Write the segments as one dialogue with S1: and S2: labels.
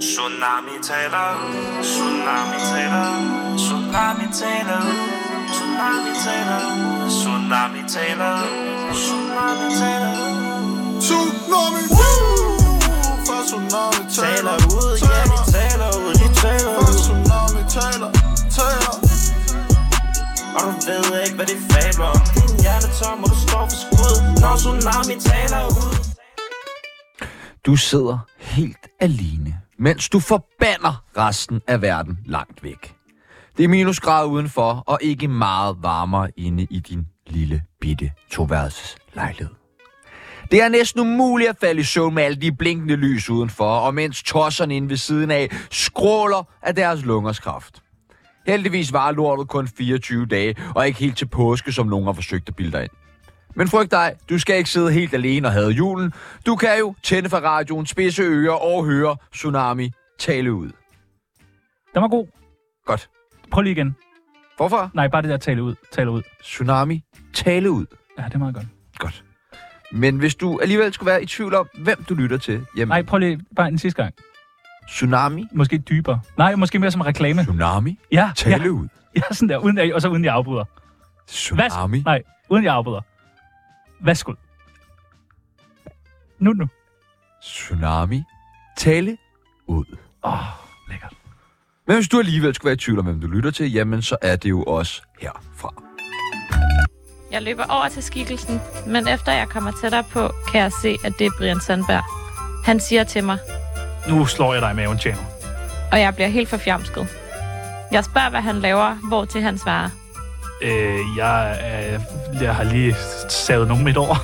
S1: Tsunami taler, tsunami taler, tsunami taler, tsunami taler, tsunami taler, tsunami taler.
S2: Tsunami Fra tsunami
S1: Taler ud, ja de taler ud, de taler
S2: Fra
S1: ud.
S2: tsunami taler Taler
S1: Og du ved ikke, hvad de fabler om. Din hjerne tom, og du står for skud, når tsunami taler ud.
S3: Du sidder helt alene, mens du forbander resten af verden langt væk. Det er minusgrader udenfor, og ikke meget varmere inde i din lille bitte toværelses lejlighed. Det er næsten umuligt at falde i søvn med alle de blinkende lys udenfor, og mens tosserne inde ved siden af skråler af deres lungers kraft. Heldigvis var lortet kun 24 dage, og ikke helt til påske, som nogen har forsøgt at bilde dig ind. Men frygt dig, du skal ikke sidde helt alene og have julen. Du kan jo tænde for radioen, spidse ører og høre Tsunami tale ud.
S4: Den var god.
S3: Godt.
S4: Prøv lige igen.
S3: Hvorfor?
S4: Nej, bare det der tale ud. Tale ud.
S3: Tsunami tale ud.
S4: Ja, det er meget godt.
S3: Godt. Men hvis du alligevel skulle være i tvivl om, hvem du lytter til, jamen
S4: Nej, prøv lige bare en sidste gang.
S3: Tsunami,
S4: Måske dybere. Nej, måske mere som reklame.
S3: Tsunami
S4: Ja,
S3: tale
S4: ja,
S3: ud.
S4: ja sådan der. Uden, og så uden jeg afbryder. Hvad?
S3: Tsunami.
S4: Nej, uden jeg afbryder. Værsgo. Nu, nu.
S3: Tsunami tale ud.
S4: Åh, oh, lækkert.
S3: Men hvis du alligevel skulle være i tvivl om, hvem du lytter til, jamen så er det jo også herfra.
S5: Jeg løber over til skikkelsen, men efter jeg kommer tættere på, kan jeg se, at det er Brian Sandberg. Han siger til mig,
S4: Nu slår jeg dig i maven, Tjano.
S5: og jeg bliver helt forfjamsket. Jeg spørger, hvad han laver, hvor til han svarer.
S4: Øh, jeg, øh, jeg har lige savet nogen midt over.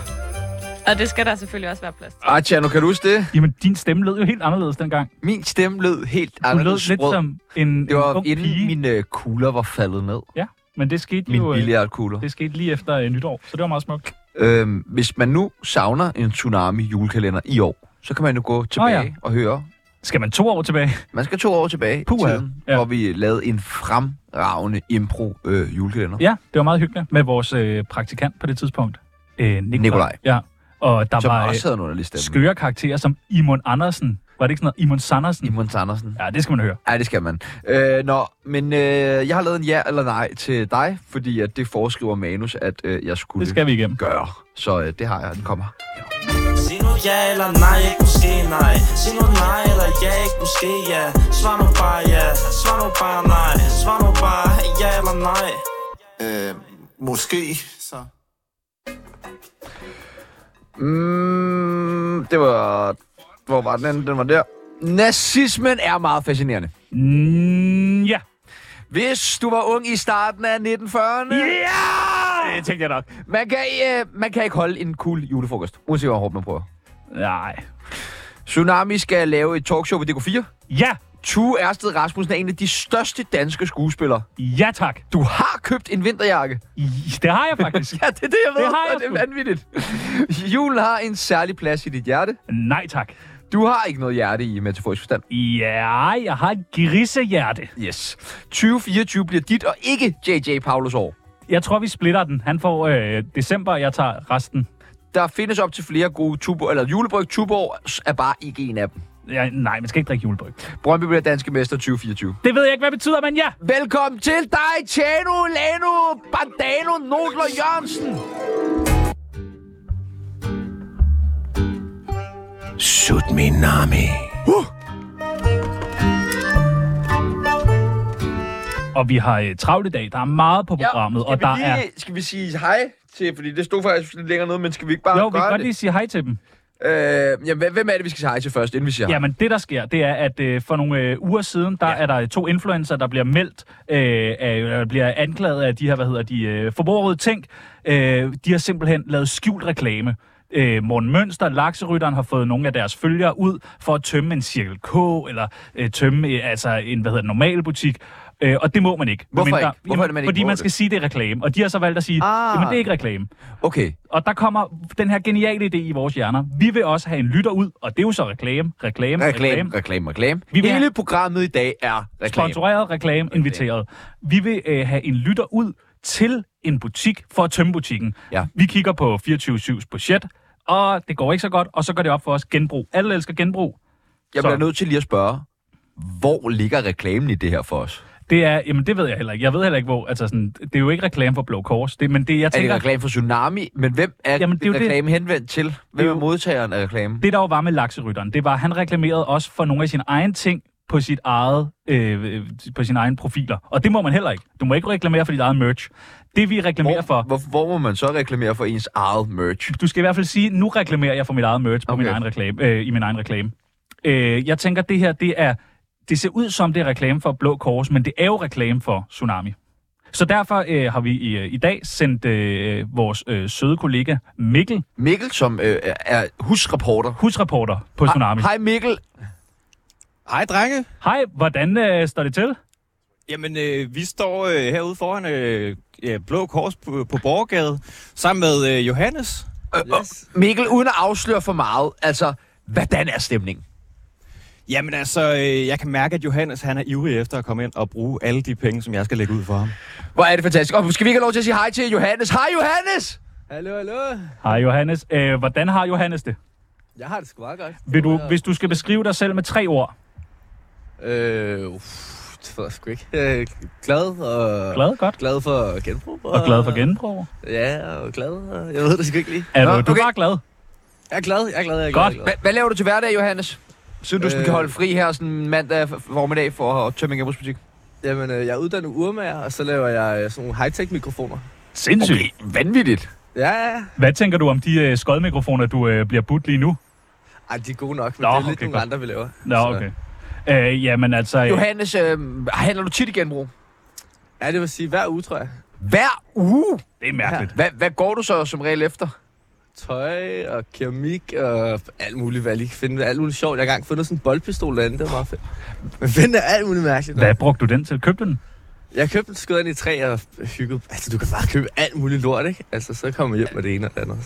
S5: Og det skal der selvfølgelig også være plads til.
S3: Ej, Tjerno, kan du huske det?
S4: Jamen, din stemme lød jo helt anderledes dengang. Du
S3: Min stemme lød helt
S4: lød
S3: anderledes
S4: lidt
S3: sprød.
S4: som en,
S3: Det
S4: en
S3: var
S4: ung pige.
S3: inden mine øh, kugler var faldet ned.
S4: Ja, men det skete
S3: Mine
S4: jo øh,
S3: billiardkugler.
S4: det skete lige efter øh, nytår, så det var meget smukt.
S3: Øhm, hvis man nu savner en tsunami julekalender i år, så kan man jo gå tilbage
S4: Nå ja.
S3: og høre.
S4: Skal man to år tilbage?
S3: Man skal to år tilbage i
S4: Puha.
S3: tiden,
S4: Ja.
S3: hvor vi lavede en fremragende impro øh, julekalender.
S4: Ja, det var meget hyggeligt med vores øh, praktikant på det tidspunkt, øh, Nikolaj.
S3: Nikolaj.
S4: Ja, og der
S3: som
S4: var øh,
S3: også havde en underlig stemme.
S4: skøre karakterer som Imon Andersen. Var det ikke sådan noget? Imon Sandersen?
S3: Imon Andersen.
S4: Ja, det skal man høre.
S3: Ja, det skal man. Øh, nå, men øh, jeg har lavet en ja eller nej til dig, fordi at det foreskriver manus, at øh, jeg skulle
S4: Det skal vi igennem.
S3: gøre. Så øh, det har jeg. Den kommer. her.
S1: Sig nu ja eller nej, ikke måske nej Sig nu nej eller ja, ikke måske ja Svar nu bare ja, svar nu bare nej Svar nu bare ja eller nej
S2: Øh, måske Så
S3: Mm, det var... Hvor var den anden? Den var der. Nazismen er meget fascinerende.
S4: Mm, ja.
S3: Hvis du var ung i starten af 1940'erne...
S4: Ja! Det tænkte jeg nok.
S3: Man kan, øh, man kan ikke holde en cool julefrokost, uanset hvor hårdt man prøver.
S4: Nej.
S3: Tsunami skal lave et talkshow på DK4.
S4: Ja!
S3: Tue Ersted Rasmussen er en af de største danske skuespillere.
S4: Ja tak.
S3: Du har købt en vinterjakke.
S4: I- Det har jeg faktisk.
S3: Ja, det er det, jeg ved.
S4: Det har jeg
S3: og det er
S4: sgu.
S3: vanvittigt. Julen har en særlig plads i dit hjerte.
S4: Nej tak.
S3: Du har ikke noget hjerte i metaforisk forstand.
S4: Ja, jeg har et grisehjerte.
S3: Yes. 2024 bliver dit og ikke J.J. Paulus år.
S4: Jeg tror, vi splitter den. Han får øh, december, og jeg tager resten.
S3: Der findes op til flere gode tubo, eller julebryg. Tuborg er bare ikke en af dem.
S4: Ja, nej, man skal ikke drikke julebryg.
S3: Brøndby bliver danske mester 2024.
S4: Det ved jeg ikke, hvad det betyder, men ja.
S3: Velkommen til dig, Tjano, Lano, Bandano, Nodler Jørgensen.
S2: Shoot me, Nami
S4: Og vi har øh, travlt i dag. Der er meget på programmet, og
S3: skal,
S4: der
S3: vi
S4: er...
S3: lige, skal vi sige hej til, fordi det stod faktisk lidt længere nede, men skal vi ikke bare
S4: Jo, vi kan
S3: gøre
S4: godt lige sige hej til dem.
S3: det? Øh, jamen, hvem er det, vi skal sige hej til først, inden vi siger hej?
S4: Jamen, det der sker, det er, at øh, for nogle øh, uger siden, der ja. er der to influencer, der bliver meldt, øh, af, eller bliver anklaget af de her, hvad hedder de, øh, forbrugede ting. Øh, de har simpelthen lavet skjult reklame. Øh, Morten Mønster, Lakserytteren, har fået nogle af deres følgere ud for at tømme en Cirkel K, eller øh, tømme øh, altså en, hvad hedder det, normal butik. Øh, og det må man ikke.
S3: Hvorfor
S4: Medmindre-
S3: ikke? Hvorfor er det, man ikke
S4: Fordi
S3: må
S4: man
S3: det?
S4: skal sige, det er reklame. Og de har så valgt at sige,
S3: Ah.
S4: ah. jamen det er ikke reklame.
S3: Okay,
S4: Og der kommer den her geniale idé i vores hjerner. Vi vil også have en lytter ud, og det er jo så reklame, reklame,
S3: reklame, reklame, reklame.
S4: Vi vil
S3: Hele
S4: have-
S3: programmet i dag er reklame.
S4: Sponsoreret, reklame, inviteret. Vi vil øh, have en lytter ud til en butik for at tømme butikken.
S3: Ja.
S4: Vi kigger på 24-7's budget, og det går ikke så godt, og så går det op for os genbrug. Alle elsker genbrug.
S3: Jeg
S4: Så-
S3: bliver nødt til lige at spørge. hvor ligger reklamen i det her for os?
S4: Det er, jamen det ved jeg heller ikke. Jeg ved heller ikke, hvor, altså sådan, det er jo ikke reklame for Blå Kors, det, men det, jeg
S3: Er det
S4: tænker, det,
S3: reklame for Tsunami? Men hvem er
S4: Jamen, det er jo det.
S3: reklamen henvendt til? Hvem
S4: er
S3: er
S4: jo-
S3: modtageren af reklamen?
S4: det der jo var med lakserytteren, det var, at han reklamerede også for nogle af sine egne ting på sit eget, øh, øh, på sine egne profiler. Og det må man heller ikke. Du må ikke reklamere for dit eget merch. Det vi reklamerer
S3: Hvor,
S4: for,
S3: hvor, hvor må man så reklamere for ens eget merch?
S4: du skal i hvert fald sige, nu reklamerer jeg for mit eget merch på min
S3: Okay.
S4: egen reklame, øh, i min egen reklame. Øh, jeg tænker, det her, det er, det ser ud som, det er reklame for Blå Kors, men det er jo reklame for Tsunami. Så derfor øh, har vi i, øh, i dag sendt øh, vores øh, søde kollega Mikkel,
S3: Mikkel, som øh, er husreporter.
S4: husreporter på Tsunami.
S3: Hej Mikkel.
S6: Hej, drenge.
S4: Hej, hvordan øh, står det til?
S6: Jamen, øh, vi står øh, herude foran øh, ja, Blå Kors på, på Borgergade, sammen med øh, Johannes. Yes.
S3: Mikkel, uden at afsløre for meget, altså, hvordan er stemningen?
S6: Jamen altså, øh, jeg kan mærke, at Johannes han er ivrig efter at komme ind og bruge alle de penge, som jeg skal lægge ud for ham.
S3: Hvor er det fantastisk. Og skal vi ikke have lov til at sige hej til Johannes? Hej Johannes!
S7: Hallo, hallo.
S4: Hej Johannes. Øh, hvordan har Johannes det?
S7: Jeg har det sgu meget godt.
S4: Vil du,
S7: Jeg-
S4: hvis du skal beskrive dig selv med tre ord.
S7: Øh, uff, det ved jeg sgu ikke. Øh, glad og...
S4: Glad, godt.
S7: Glad for genbrug.
S4: Og glad for genbrug.
S7: Ja, og glad. Og, jeg ved det sgu ikke lige.
S4: Er
S3: Nå,
S4: du, du
S3: okay.
S4: er bare glad?
S7: Jeg er glad, jeg er glad, jeg er
S4: Godt.
S7: glad.
S3: Hva, hvad laver du til hverdag, Johannes? Siden du sådan
S7: Øh.
S3: kan holde fri her sådan mandag f- formiddag for at tømme en genbrugsbutik.
S7: Godt. Jamen, øh, jeg er uddannet urmager, og så laver jeg øh, sådan nogle high-tech mikrofoner.
S4: Sindssygt. Okay.
S3: vanvittigt.
S4: Øh.
S7: Ja, ja, ja.
S4: Hvad tænker du om de øh, skodmikrofoner, du øh, bliver budt lige nu?
S7: Ej, de er gode nok, men
S4: Nå,
S7: Nå, det er lidt
S4: okay,
S7: nogle
S4: godt.
S7: andre, vi laver.
S4: Nå,
S7: Så-
S4: okay. Øh, jamen altså, øh,
S3: Johannes, øh, handler du tit i genbrug?
S7: Ja, det vil sige hver uge, tror jeg.
S3: Hver uge?
S4: det er mærkeligt.
S3: Hvad, hvad går du så som regel efter?
S7: Tøj og keramik og alt muligt, hvad jeg lige kan finde. Alt muligt sjovt. Jeg har engang fundet sådan en boldpistol derinde, det var meget fedt. Men finder alt muligt mærkeligt.
S4: Hvad brugte du den til? Købte du den?
S7: Jeg købte en skød ind i træ og hyggede. Altså, du kan bare købe alt muligt lort, ikke? Altså, så kommer jeg hjem med det ene og det andet.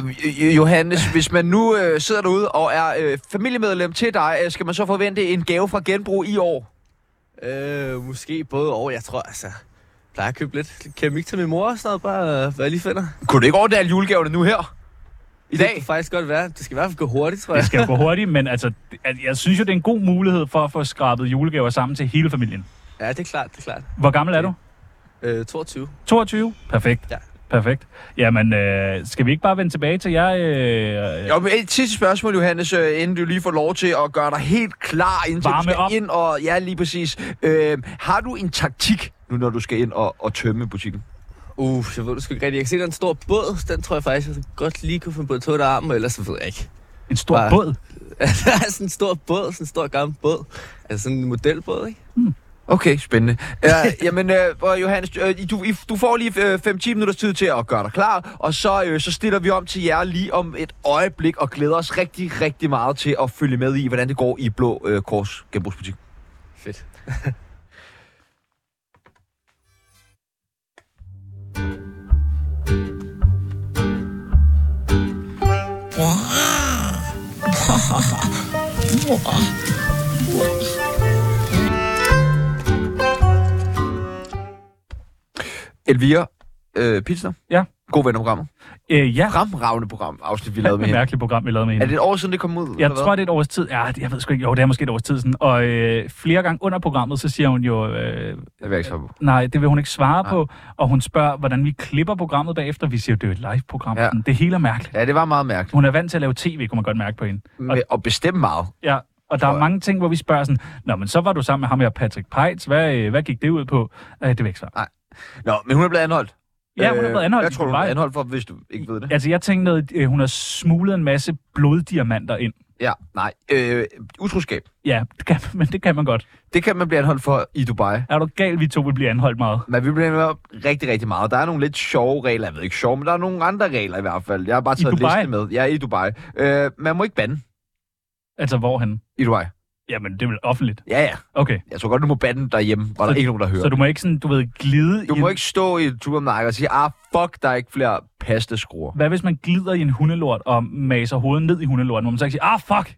S3: Øh, Jo- Johannes, hvis man nu øh, sidder derude og er øh, familiemedlem til dig, øh, skal man så forvente en gave fra genbrug i år?
S7: Øh, måske både og, jeg tror, altså... Jeg plejer at købe lidt keramik til min mor og sådan noget, bare øh, hvad jeg lige finder.
S3: Kunne du ikke ordne alle julegaverne nu her? I
S7: Det
S3: dag?
S7: kunne faktisk godt være. Det skal i hvert fald gå hurtigt, tror
S4: Det
S7: jeg.
S4: skal jo gå hurtigt, men altså, det- at- jeg synes jo, det er en god mulighed for at få skrabet julegaver sammen til hele familien.
S7: Ja, det er klart, det er klart.
S4: Hvor gammel er du?
S7: Øh, 22.
S4: 22? Perfekt.
S7: Ja.
S4: Perfekt. Jamen, øh, skal vi ikke bare vende tilbage til jer? Øh,
S3: Jo, men et sidste spørgsmål, Johannes, øh, inden du lige får lov til at gøre dig helt klar, indtil
S4: Varme
S3: du skal
S4: op.
S3: ind og... Ja, lige præcis. Øh, har du en taktik nu, når du skal ind og, og tømme butikken?
S7: Uh, jeg ved det sgu ikke rigtigt. Jeg kan se, der er en stor båd. Den tror jeg faktisk, jeg godt lige kunne finde på at tåle armen, ellers så ved jeg ikke.
S4: en stor
S7: bare-
S4: båd?
S7: der er sådan en stor båd, sådan en stor gammel båd. Altså sådan en modelbåd, ikke?
S3: Okay, spændende. Ja, jamen, øh, og Johannes, øh, I- du, I- du får lige øh, 5-10 minutters tid til at gøre dig klar, og så, øh, så stiller vi om til jer lige om et øjeblik, og glæder os rigtig, rigtig meget til at følge med i, hvordan det går i Blå øh, Kors Genbrugsbutik.
S7: Fedt.
S3: Elvira øh, Pilsner?
S4: Ja.
S3: God ven af programmet.
S4: Øh, ja,
S3: Fremragende program, afsnit vi lavede med
S4: det er et
S3: hende.
S4: mærkeligt program, vi lavede med
S3: Er
S4: hende.
S3: det et år siden, det kom ud?
S4: Jeg
S3: eller hvad?
S4: tror, det er et års tid. Ja, det- jeg ved sgu ikke. Jo, det er måske et års tid siden. Og øh, flere gange under programmet, så siger hun jo, øh,
S3: Det vil jeg ikke svare på.
S4: Nej, det vil hun ikke svare
S3: Nej.
S4: på. Og hun spørger, hvordan vi klipper programmet bagefter. Vi siger, det er jo et live-program.
S3: Ja.
S4: Ja. Det hele er mærkeligt.
S3: Ja, det var meget mærkeligt.
S4: Hun er vant til at lave tv, kunne man godt mærke på hende.
S3: Med at bestemme meget.
S4: Ja, og der
S3: Tror
S4: er
S3: jeg.
S4: mange ting, hvor vi spørger sådan, Nå, men så var du sammen med ham her, Patrick Peitz. Hvad, øh, hvad gik det ud på? Øh, det vil jeg ikke svare.
S3: Nå, men hun er blevet anholdt.
S4: Ja, hun er
S3: Øh,
S4: blevet anholdt
S3: Jeg
S4: i
S3: tror, hun er
S4: Dubai.
S3: blevet anholdt for, hvis du ikke ved det.
S4: Altså, jeg tænkte, noget, øh, hun har smuglet en masse bloddiamanter ind.
S3: Ja, nej. Øh, utroskab.
S4: Ja, det kan, men det kan man godt.
S3: Det kan man blive anholdt for i Dubai.
S4: Er du gal, vi to vil blive anholdt meget?
S3: Men vi bliver anholdt rigtig, rigtig meget. Der er nogle lidt sjove regler. Jeg ved ikke sjove, men der er nogle andre regler i hvert fald. Jeg har bare
S4: I
S3: taget en
S4: Dubai?
S3: liste med. Ja, i Dubai. Øh, man må ikke bande
S4: Altså, hvorhen?
S3: i Dubai.
S4: Jamen, det er vel offentligt.
S3: Ja, ja.
S4: Okay,
S3: Jeg tror godt, du må bande derhjemme, hvor
S4: Så-
S3: der ikke er nogen, der hører.
S4: så du må ikke sådan, du ved, glide
S3: du
S4: i
S3: må
S4: en-
S3: ikke stå i Tubermark og sige, ah, fuck, der er ikke flere pasteskruer.
S4: Hvad hvis man glider i en hundelort og maser hovedet ned i hundelorten, hvor man så ikke siger, ah, fuck!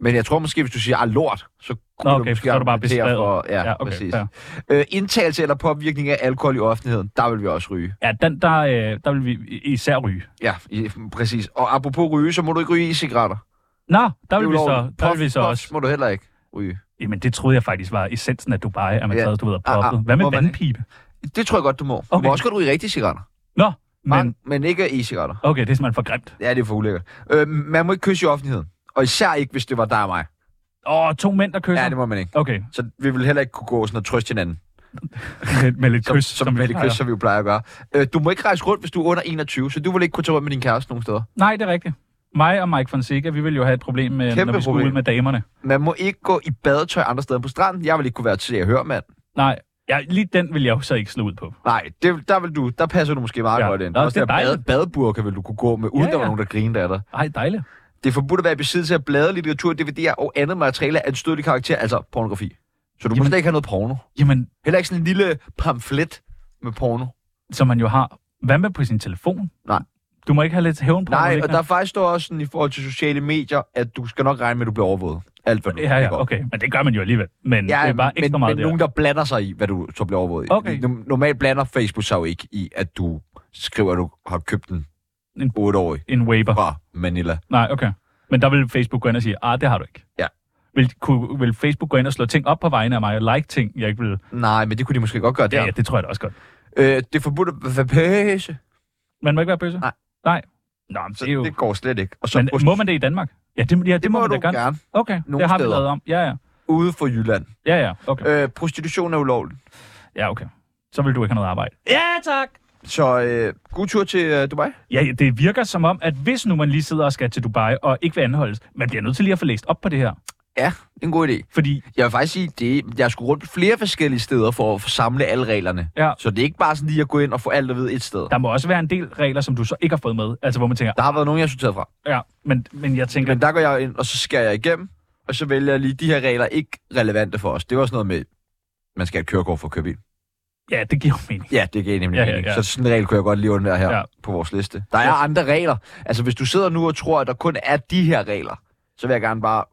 S3: Men jeg tror måske, hvis du siger, ah, lort, så kunne
S4: okay,
S3: du måske
S4: så er du bare
S3: argumentere
S4: beskrevet.
S3: For, ja, ja okay, præcis. Ja. Øh, indtagelse eller påvirkning af alkohol i offentligheden, der vil vi også ryge.
S4: Ja, den, der, øh, der vil vi især ryge.
S3: Ja, i, præcis. Og apropos ryge, så må du ikke ryge i cigaretter.
S4: Nå, der vil, vi
S3: Det er
S4: så,
S3: ulovligt.
S4: der
S3: Puff,
S4: vil vi så
S3: puff
S4: også.
S3: må du heller ikke ryge.
S4: Jamen, det troede jeg faktisk var essensen af Dubai, at man
S3: Ja.
S4: sad, du ved, og
S3: Ah, ah,
S4: poppede. Hvad med
S3: må man ikke.
S4: vandpipe?
S3: Det tror jeg godt, du må. Du
S4: Okay.
S3: må også godt ryge rigtige cigaretter.
S4: Nå, men...
S3: Men, men ikke e-cigaretter.
S4: Okay, det er simpelthen for grimt.
S3: Ja, det er for ulækkert. Øh, man må ikke kysse i offentligheden. Og især ikke, hvis det var dig og mig.
S4: Åh, to mænd, der kysser.
S3: Ja, det må man ikke.
S4: Okay,
S3: Så vi vil heller ikke kunne gå sådan og trøste hinanden.
S4: med, med lidt
S3: Som,
S4: kys.
S3: som, som,
S4: vi
S3: med det
S4: plejer.
S3: kys, som vi jo plejer at gøre. Øh, du må ikke rejse rundt, hvis du er under 21, så du vil ikke kunne tage rundt med din kæreste nogen steder.
S4: Nej, det er rigtigt. Mig og Mike Fonseca, vi ville jo have et problem, med,
S3: Kæmpe
S4: når vi skulle
S3: problem.
S4: ud med damerne.
S3: Man må ikke gå i badetøj andre steder end på stranden. Jeg vil ikke kunne være til at høre, mand.
S4: Nej, ja, lige den vil jeg jo så ikke slå ud på.
S3: Nej, det, der, vil du, der passer du måske meget
S4: Ja.
S3: ja. godt ind.
S4: Nå,
S3: Også
S4: det er
S3: der bade,
S4: dejligt.
S3: badeburka vil du kunne gå med, uden
S4: Ja,
S3: ja, ja. der var
S4: ja.
S3: nogen, der grinede af dig.
S4: Ej, dejligt.
S3: Det er forbudt at være i besiddelse af blade, litteratur, DVD'er og andet materiale af en stødelig karakter, altså pornografi. Så du Jamen. må
S4: Jamen.
S3: slet ikke have noget porno.
S4: Jamen,
S3: Heller ikke sådan en lille pamflet med porno.
S4: som man jo har. Hvad med på sin telefon?
S3: Nej.
S4: Du må ikke have lidt hævn på
S3: Nej, og der faktisk står også sådan i forhold til sociale medier, at du skal nok regne med, at du bliver overvåget. Alt, hvad du
S4: Ja, ja,
S3: laver.
S4: okay. Men det gør man jo alligevel. Men ja, det er bare
S3: men,
S4: ekstra meget
S3: men
S4: der.
S3: nogen, der blander sig i, hvad du så bliver overvåget i.
S4: Okay.
S3: Nom- Normalt blander Facebook sig jo ikke i, at du skriver, at du har købt en
S4: En-
S3: 8-årig
S4: En waver.
S3: fra Manila.
S4: Nej, okay. Men der vil Facebook gå ind og sige, ah, det har du ikke.
S3: Ja.
S4: Vil, kunne, vil Facebook gå ind og slå ting op på vegne af mig og like ting, jeg ikke vil?
S3: Nej, men det kunne de måske godt gøre
S4: Ja,
S3: der.
S4: ja, det tror jeg da også godt.
S3: Øh, det er forbudt at være pæse.
S4: Man må ikke være bøsse?
S3: Nej.
S4: Nej. Nå, men det er jo...
S3: Det går slet ikke. Og så
S4: Men
S3: prost-
S4: må man det i Danmark? Ja, det, ja, det,
S3: det
S4: må,
S3: må,
S4: man
S3: du
S4: da gerne.
S3: gerne. gerne.
S4: Okay,
S3: Nogle
S4: det har vi
S3: steder.
S4: lavet om. Ja, ja.
S3: Ude for Jylland.
S4: Ja, ja. Okay.
S3: Øh, prostitution er ulovligt.
S4: Ja, okay. Så vil du ikke have noget arbejde.
S3: Så øh, god tur til øh, Dubai.
S4: Ja, ja, det virker som om, at hvis nu man lige sidder og skal til Dubai og ikke vil anholdes, man bliver nødt til lige at få læst op på det her.
S3: Ja, det er en god idé.
S4: Fordi,
S3: Jeg vil faktisk sige, det, jeg skulle rundt på flere forskellige steder for at samle alle reglerne.
S4: Ja.
S3: Så det er ikke bare sådan lige at gå ind og få alt at vide et sted.
S4: der må også være en del regler, som du så ikke har fået med. Altså, hvor man tænker,
S3: Der har været nogen, jeg har sorteret fra.
S4: ja, men, men jeg tænker,
S3: Men der går jeg ind, og så skærer jeg igennem, og så vælger jeg lige, de her regler er ikke relevante for os. Det var sådan noget med, man skal have et kørekort for at køre bil.
S4: ja, det giver jo mening.
S3: Ja, det giver nemlig
S4: Ja, ja,
S3: mening.
S4: ja.
S3: Så sådan en regel kunne jeg godt lige undvære her
S4: Ja.
S3: ja. på vores liste. Der er
S4: Ja.
S3: andre regler. Altså, hvis du sidder nu og tror, at der kun er de her regler, så vil jeg gerne bare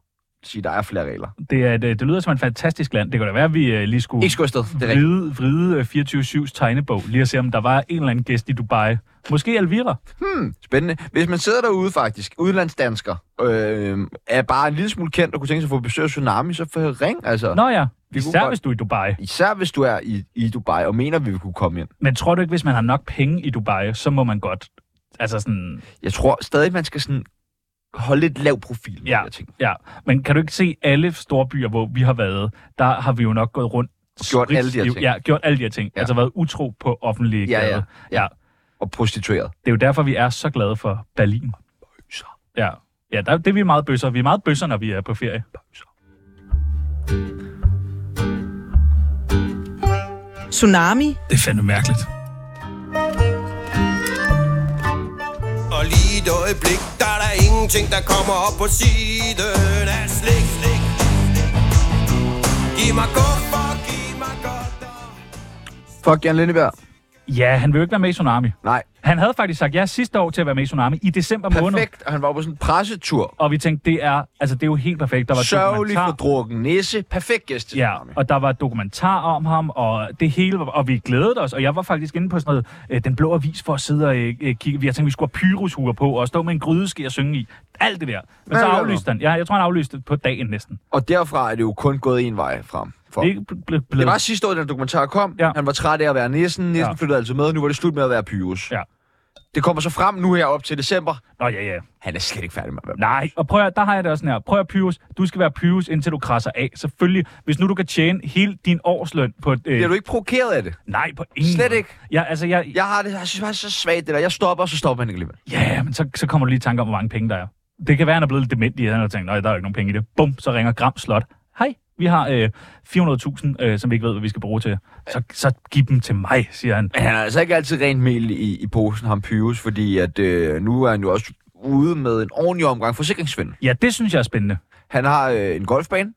S3: sige, at der er flere regler.
S4: Det, er, det, det lyder som et fantastisk land. Det kunne da være, at vi øh, lige skulle
S3: Ikke skulle afsted. Det er rigtigt.
S4: vride, vride øh, 24-7's tegnebog, lige at se, om der var en eller anden gæst i Dubai. Måske Alvira.
S3: Hmm, Spændende. Hvis man sidder derude faktisk, udenlandsdansker, øh, er bare en lille smule kendt og kunne tænke sig at få besøg af Tsunami, så får ring, altså.
S4: Nå ja,
S3: Vi kunne
S4: især
S3: godt-
S4: hvis du er i Dubai.
S3: Især hvis du er i, i Dubai og mener, at vi vil kunne komme ind.
S4: Men tror du ikke, hvis man har nok penge i Dubai, så må man godt... Altså sådan...
S3: Jeg tror stadig, man skal sådan holde et lav profil.
S4: Ja.
S3: Jeg tænker.
S4: Ja, men kan du ikke se alle store byer, hvor vi har været, der har vi jo nok gået rundt.
S3: Gjort alle de her
S4: spritstiv-
S3: ting.
S4: Ja, gjort alle de her ting. Ja.
S3: Ja.
S4: Altså været utro på offentlige
S3: Ja, ja,
S4: gader.
S3: ja.
S4: ja.
S3: Og prostitueret.
S4: Det er jo derfor, vi er så glade for Berlin. Ja, ja der, det er vi meget bøsser. Vi er meget bøsser, når vi er på ferie.
S8: Tsunami
S4: Det er fandme mærkeligt.
S9: Og lige et øjeblik, der er der ingenting, der kommer op på siden af slik, slik. Giv mig godt, for giv mig godt.
S3: Fuck Jan Lindeberg.
S4: Ja, han vil jo ikke være med i Tsunami.
S3: Nej.
S4: Han havde faktisk sagt ja sidste år til at være med i Tsunami i december måned.
S3: Perfekt. Og han var på sådan en pressetur.
S4: Og vi tænkte, det er, altså, det er jo helt perfekt. Der var
S3: Sørgelig
S4: dokumentar-
S3: for drukken nisse. Perfekt gæst til
S4: Ja,
S3: Tsunami.
S4: og der var dokumentar om ham, og det hele, var- og vi glædede os, og jeg var faktisk inde på sådan noget, øh, den blå avis for at sidde og øh, øh, kigge, jeg tænkte, vi skulle have pyrushuer på, og stå med en grydeske og synge i, alt det der. Men
S3: Ja,
S4: så
S3: ja, ja.
S4: aflyste han, ja, jeg tror, han aflyste på dagen næsten.
S3: Og derfra er det jo kun gået en vej frem. For.
S4: Det er ikke ble- blevet...
S3: Det var sidste år, den dokumentar kom.
S4: Ja.
S3: Ja. Han var træt af at være nissen. Nissen
S4: Ja.
S3: ja. flyttede altså med. Nu var det slut med at være Pyrus.
S4: Ja.
S3: Det kommer så frem nu her op til december.
S4: Nå, ja, ja.
S3: Han er slet ikke færdig med at være
S4: Nej, og prøv at, der har jeg det også sådan her. Prøv at Pyrus, du skal være Pyrus, indtil du krasser af. Selvfølgelig, hvis nu du kan tjene hele din årsløn på... Øh,
S3: Bliver du ikke provokeret af det?
S4: Nej, på ingen
S3: Slet
S4: måde.
S3: ikke.
S4: Ja, altså, jeg,
S3: Jeg har det, jeg synes bare, det er så svagt det der. Jeg stopper, og så stopper han ikke alligevel.
S4: Ja, men så, så kommer du lige i tanke om, hvor mange penge der er. Det kan være, han er blevet dement i, at han har tænkt, nej, der er jo ikke nogen penge i det. Bum, så ringer Gram Slot. Hej, vi har øh, 400.000, øh, som vi ikke ved, hvad vi skal bruge til. Så, så giv dem til mig, siger han.
S3: Men han er altså ikke altid rent mel i, i posen, ham Pyrus, fordi at, øh, nu er han jo også ude med en ordentlig omgang forsikringsvind.
S4: Ja, det synes jeg er spændende.
S3: Han har øh, en golfbane.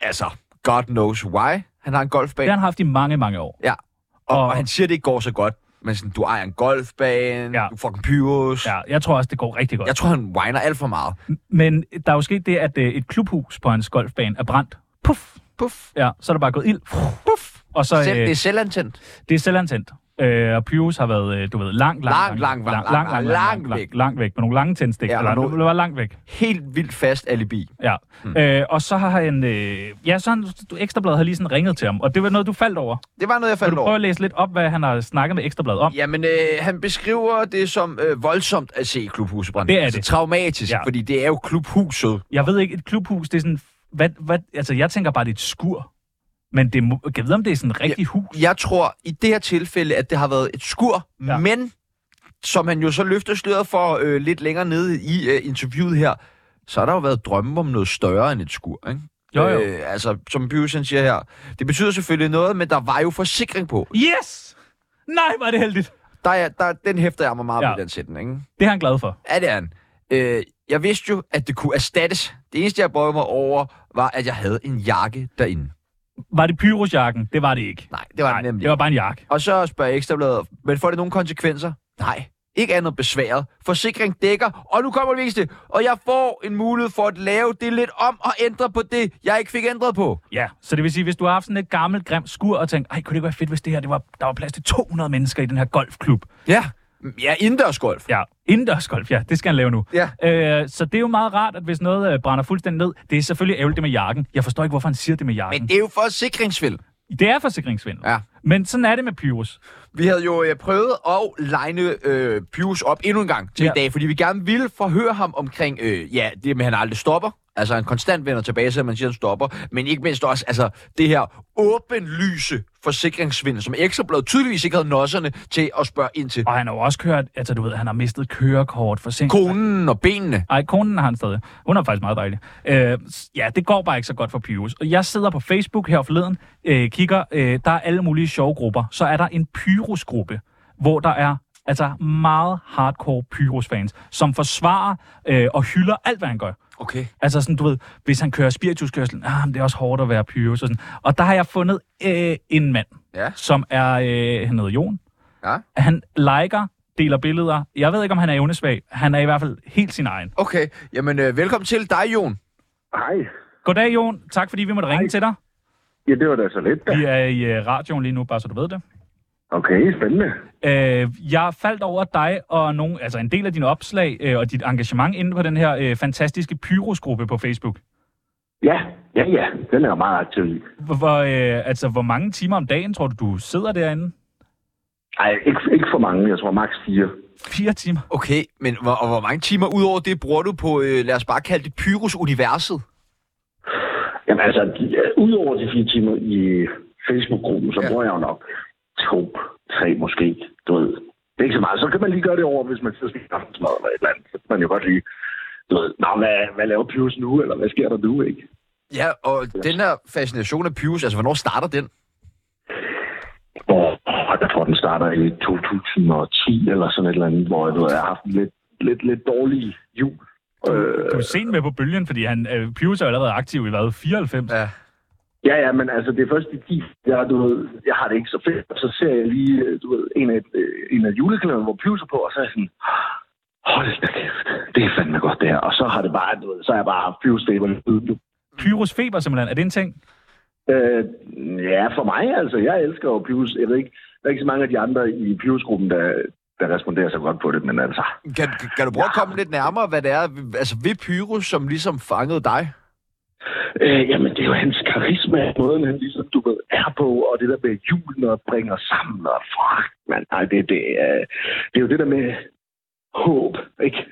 S3: Altså, God knows why. Han har en
S4: Det
S3: golfbane.
S4: har han haft i mange, mange år.
S3: Og,
S4: Og-
S3: og han siger, det ikke går så godt. Men sådan, du ejer en golfbane,
S4: Ja.
S3: ja. du er fucking Pyrus. Ja.
S4: Ja, jeg tror også, det går rigtig godt.
S3: Jeg tror, han whiner alt for meget.
S4: Men der er jo sket det, at øh, et klubhus på hans golfbane er brændt. Puff!
S3: Puff.
S4: Ja, så er der bare gået ild. Puff! Og så,
S3: Selv, det
S4: øh,
S3: er selvantændt.
S4: det er selvantændt. Øh, og Pyrus har været, øh, du ved, langt,
S3: Lang,
S4: langt,
S3: lang, lang,
S4: langt, langt, langt, langt,
S3: lang væk.
S4: langt, langt væk. Med nogle lange tændstik.
S3: Ja,
S4: Ja,
S3: og
S4: eller,
S3: nogle-
S4: det var langt væk.
S3: Helt vildt fast alibi.
S4: Ja. Mm. Øh, og så har han, øh, ja, så han, Ekstrabladet har lige sådan ringet til ham, og det var noget, du faldt over.
S3: Det var noget, jeg
S4: Vil
S3: faldt
S4: du
S3: over.
S4: prøve at læse lidt op, hvad han har snakket med Ekstrabladet om?
S3: Jamen, øh, han beskriver det som øh, voldsomt at se klubhusebrand.
S4: Det er
S3: Altså,
S4: det.
S3: traumatisk, ja.
S4: Ja.
S3: fordi det er jo klubhuset.
S4: Jeg ved ikke, et klubhus, det er sådan, hvad, hvad, altså jeg tænker bare, det er et skur. Men det må, jeg ved, om det er sådan et rigtigt hus.
S3: Jeg tror i det her tilfælde, at det har været et skur, ja.
S4: Ja.
S3: men som han jo så løfter sløret for øh, lidt længere nede i øh, interviewet her, så har der jo været drømme om noget større end et skur, ikke?
S4: Jo, jo.
S3: Øh, altså, som Bjørsen siger her, det betyder selvfølgelig noget, men der var jo forsikring på.
S4: Yes! Nej, var det heldigt.
S3: Der er, der, den hæfter jeg mig meget ja.
S4: Ja.
S3: ved, den sætning, ikke?
S4: Det er han glad for.
S3: Ja, det er han. Øh, jeg vidste jo, at det kunne erstattes. Det eneste, jeg brød mig over, var, at jeg havde en jakke derinde.
S4: Var det pyrosjakken? Det var det ikke.
S3: Nej, det var
S4: Nej,
S3: det nemlig.
S4: det var bare en jakke.
S3: Og så spørger Ekstrabladet, men får det nogen konsekvenser? Nej, ikke andet besværet. Forsikring dækker, og nu kommer det vigtigste. Og jeg får en mulighed for at lave det lidt om og ændre på det, jeg ikke fik ændret på.
S4: Ja, så det vil sige, hvis du har haft sådan et gammelt, grimt skur og tænkt, ej, kunne det ikke være fedt, hvis det her, det var, der var plads til 200 mennesker i den her golfklub.
S3: Ja, ja indendørsgulv.
S4: Ja, indendørsgolf, ja, det skal han lave nu.
S3: Ja.
S4: Øh, så det er jo meget rart, at hvis noget øh, brænder fuldstændig ned, det er selvfølgelig ærgerligt det med jakken. Jeg forstår ikke, hvorfor han siger det med jakken.
S3: Men det er jo forsikringsvild.
S4: Det er forsikringsvindel.
S3: Ja.
S4: Men sådan er det med Pyrus.
S3: Vi havde jo øh, prøvet at line øh, Pius op endnu en gang til ja.
S4: Ja.
S3: i dag, fordi vi gerne ville forhøre ham omkring, øh, ja, det med, at han aldrig stopper. Altså, han konstant vender tilbage, selvom man siger, han stopper. Men ikke mindst også, altså, det her åbenlyse forsikringsvindel, som Ekstrabladet tydeligvis ikke havde nosserne til at spørge ind til.
S4: Og han har jo også kørt, altså du ved, han har mistet kørekort for sent.
S3: Konen og benene.
S4: Ej, konen har han stadig. Hun er faktisk meget dejlig. Øh, s- ja, det går bare ikke så godt for Pyrus. Og jeg sidder på Facebook her forleden, øh, kigger, øh, der er alle mulige sjove grupper. Så er der en Pyrus-gruppe, hvor der er altså meget hardcore Pyrus-fans, som forsvarer øh, og hylder alt, hvad han gør.
S3: Okay.
S4: Altså sådan, du ved, hvis han kører spirituskørsel, ah, men det er også hårdt at være Pyrus og sådan. Og der har jeg fundet øh, en mand,
S3: Ja.
S4: som er, øh, han hedder Jon.
S3: Ja.
S4: Han liker, deler billeder. Jeg ved ikke, om han er evnesvag. Han er i hvert fald helt sin egen.
S3: Okay, jamen øh, velkommen til dig, Jon.
S10: Hej.
S4: Goddag, Jon. Tak, fordi vi måtte ringe til dig.
S10: Ja, det var da så lidt. da.
S4: Vi er i øh, radioen lige nu, bare så du ved det.
S10: Okay, spændende.
S4: Øh, jeg faldt over dig og nogle, altså en del af dine opslag øh, og dit engagement inde på den her øh, fantastiske Pyrus-gruppe på Facebook.
S10: Ja, ja, ja. Den er jeg meget aktiv i.
S4: Hvor, hvor, øh, altså, hvor mange timer om dagen tror du, du sidder derinde?
S10: Ej, ikke, ikke for mange. Jeg tror maks fire.
S4: Fire timer?
S3: Okay, men hvor, og hvor mange timer udover det bruger du på, øh, lad os bare kalde det Pyrus-universet?
S10: Jamen altså, de- ja, udover de fire timer i Facebook-gruppen, så
S3: Ja.
S10: ja. bruger jeg jo nok to, tre måske. Du ved, det er ikke så meget. Så kan man lige gøre det over, hvis man sidder og spiser aftensmad eller et eller andet. Så kan man jo godt lige, du ved, Nå, hvad, hvad laver Pius nu, eller hvad sker der nu, ikke?
S3: Ja, og den her fascination af Pyrus, altså, hvornår starter den?
S10: hvor jeg tror, den starter i 2010 eller sådan et eller andet, hvor jeg, ved, jeg har haft en lidt, lidt, lidt dårlig jul. Øh,
S4: Du er sent med på bølgen, fordi han, øh, Pyrus er jo allerede aktiv i hvad, 94?
S3: Ja.
S10: ja, ja, men altså, det er først i 10, jeg, du ved, jeg har det ikke så fedt, og så ser jeg lige, øh, du ved, en af, øh, en af juleklæderne, hvor Pius er på, og så er jeg sådan, hold da kæft, det er fandme godt det her. Og så har det bare, du ved, så har jeg bare haft Pius Stable siden du.
S4: Pyrus feber simpelthen, er det en ting?
S10: Øh, ja, for mig altså, jeg elsker jo Pius, jeg ved ikke, der er ikke så mange af de andre i Pius-gruppen, der, der responderer så godt på det, men altså,
S3: Kan, kan- kan du prøve at komme lidt nærmere, hvad det er altså ved Pyrus, som ligesom fangede dig?
S10: Øh, jamen, det er jo hans karisma, måden han ligesom, du ved, er på, og det der med julen og bringer sammen, og fuck, man, nej, det, det, øh, det er jo det der med håb, ikke?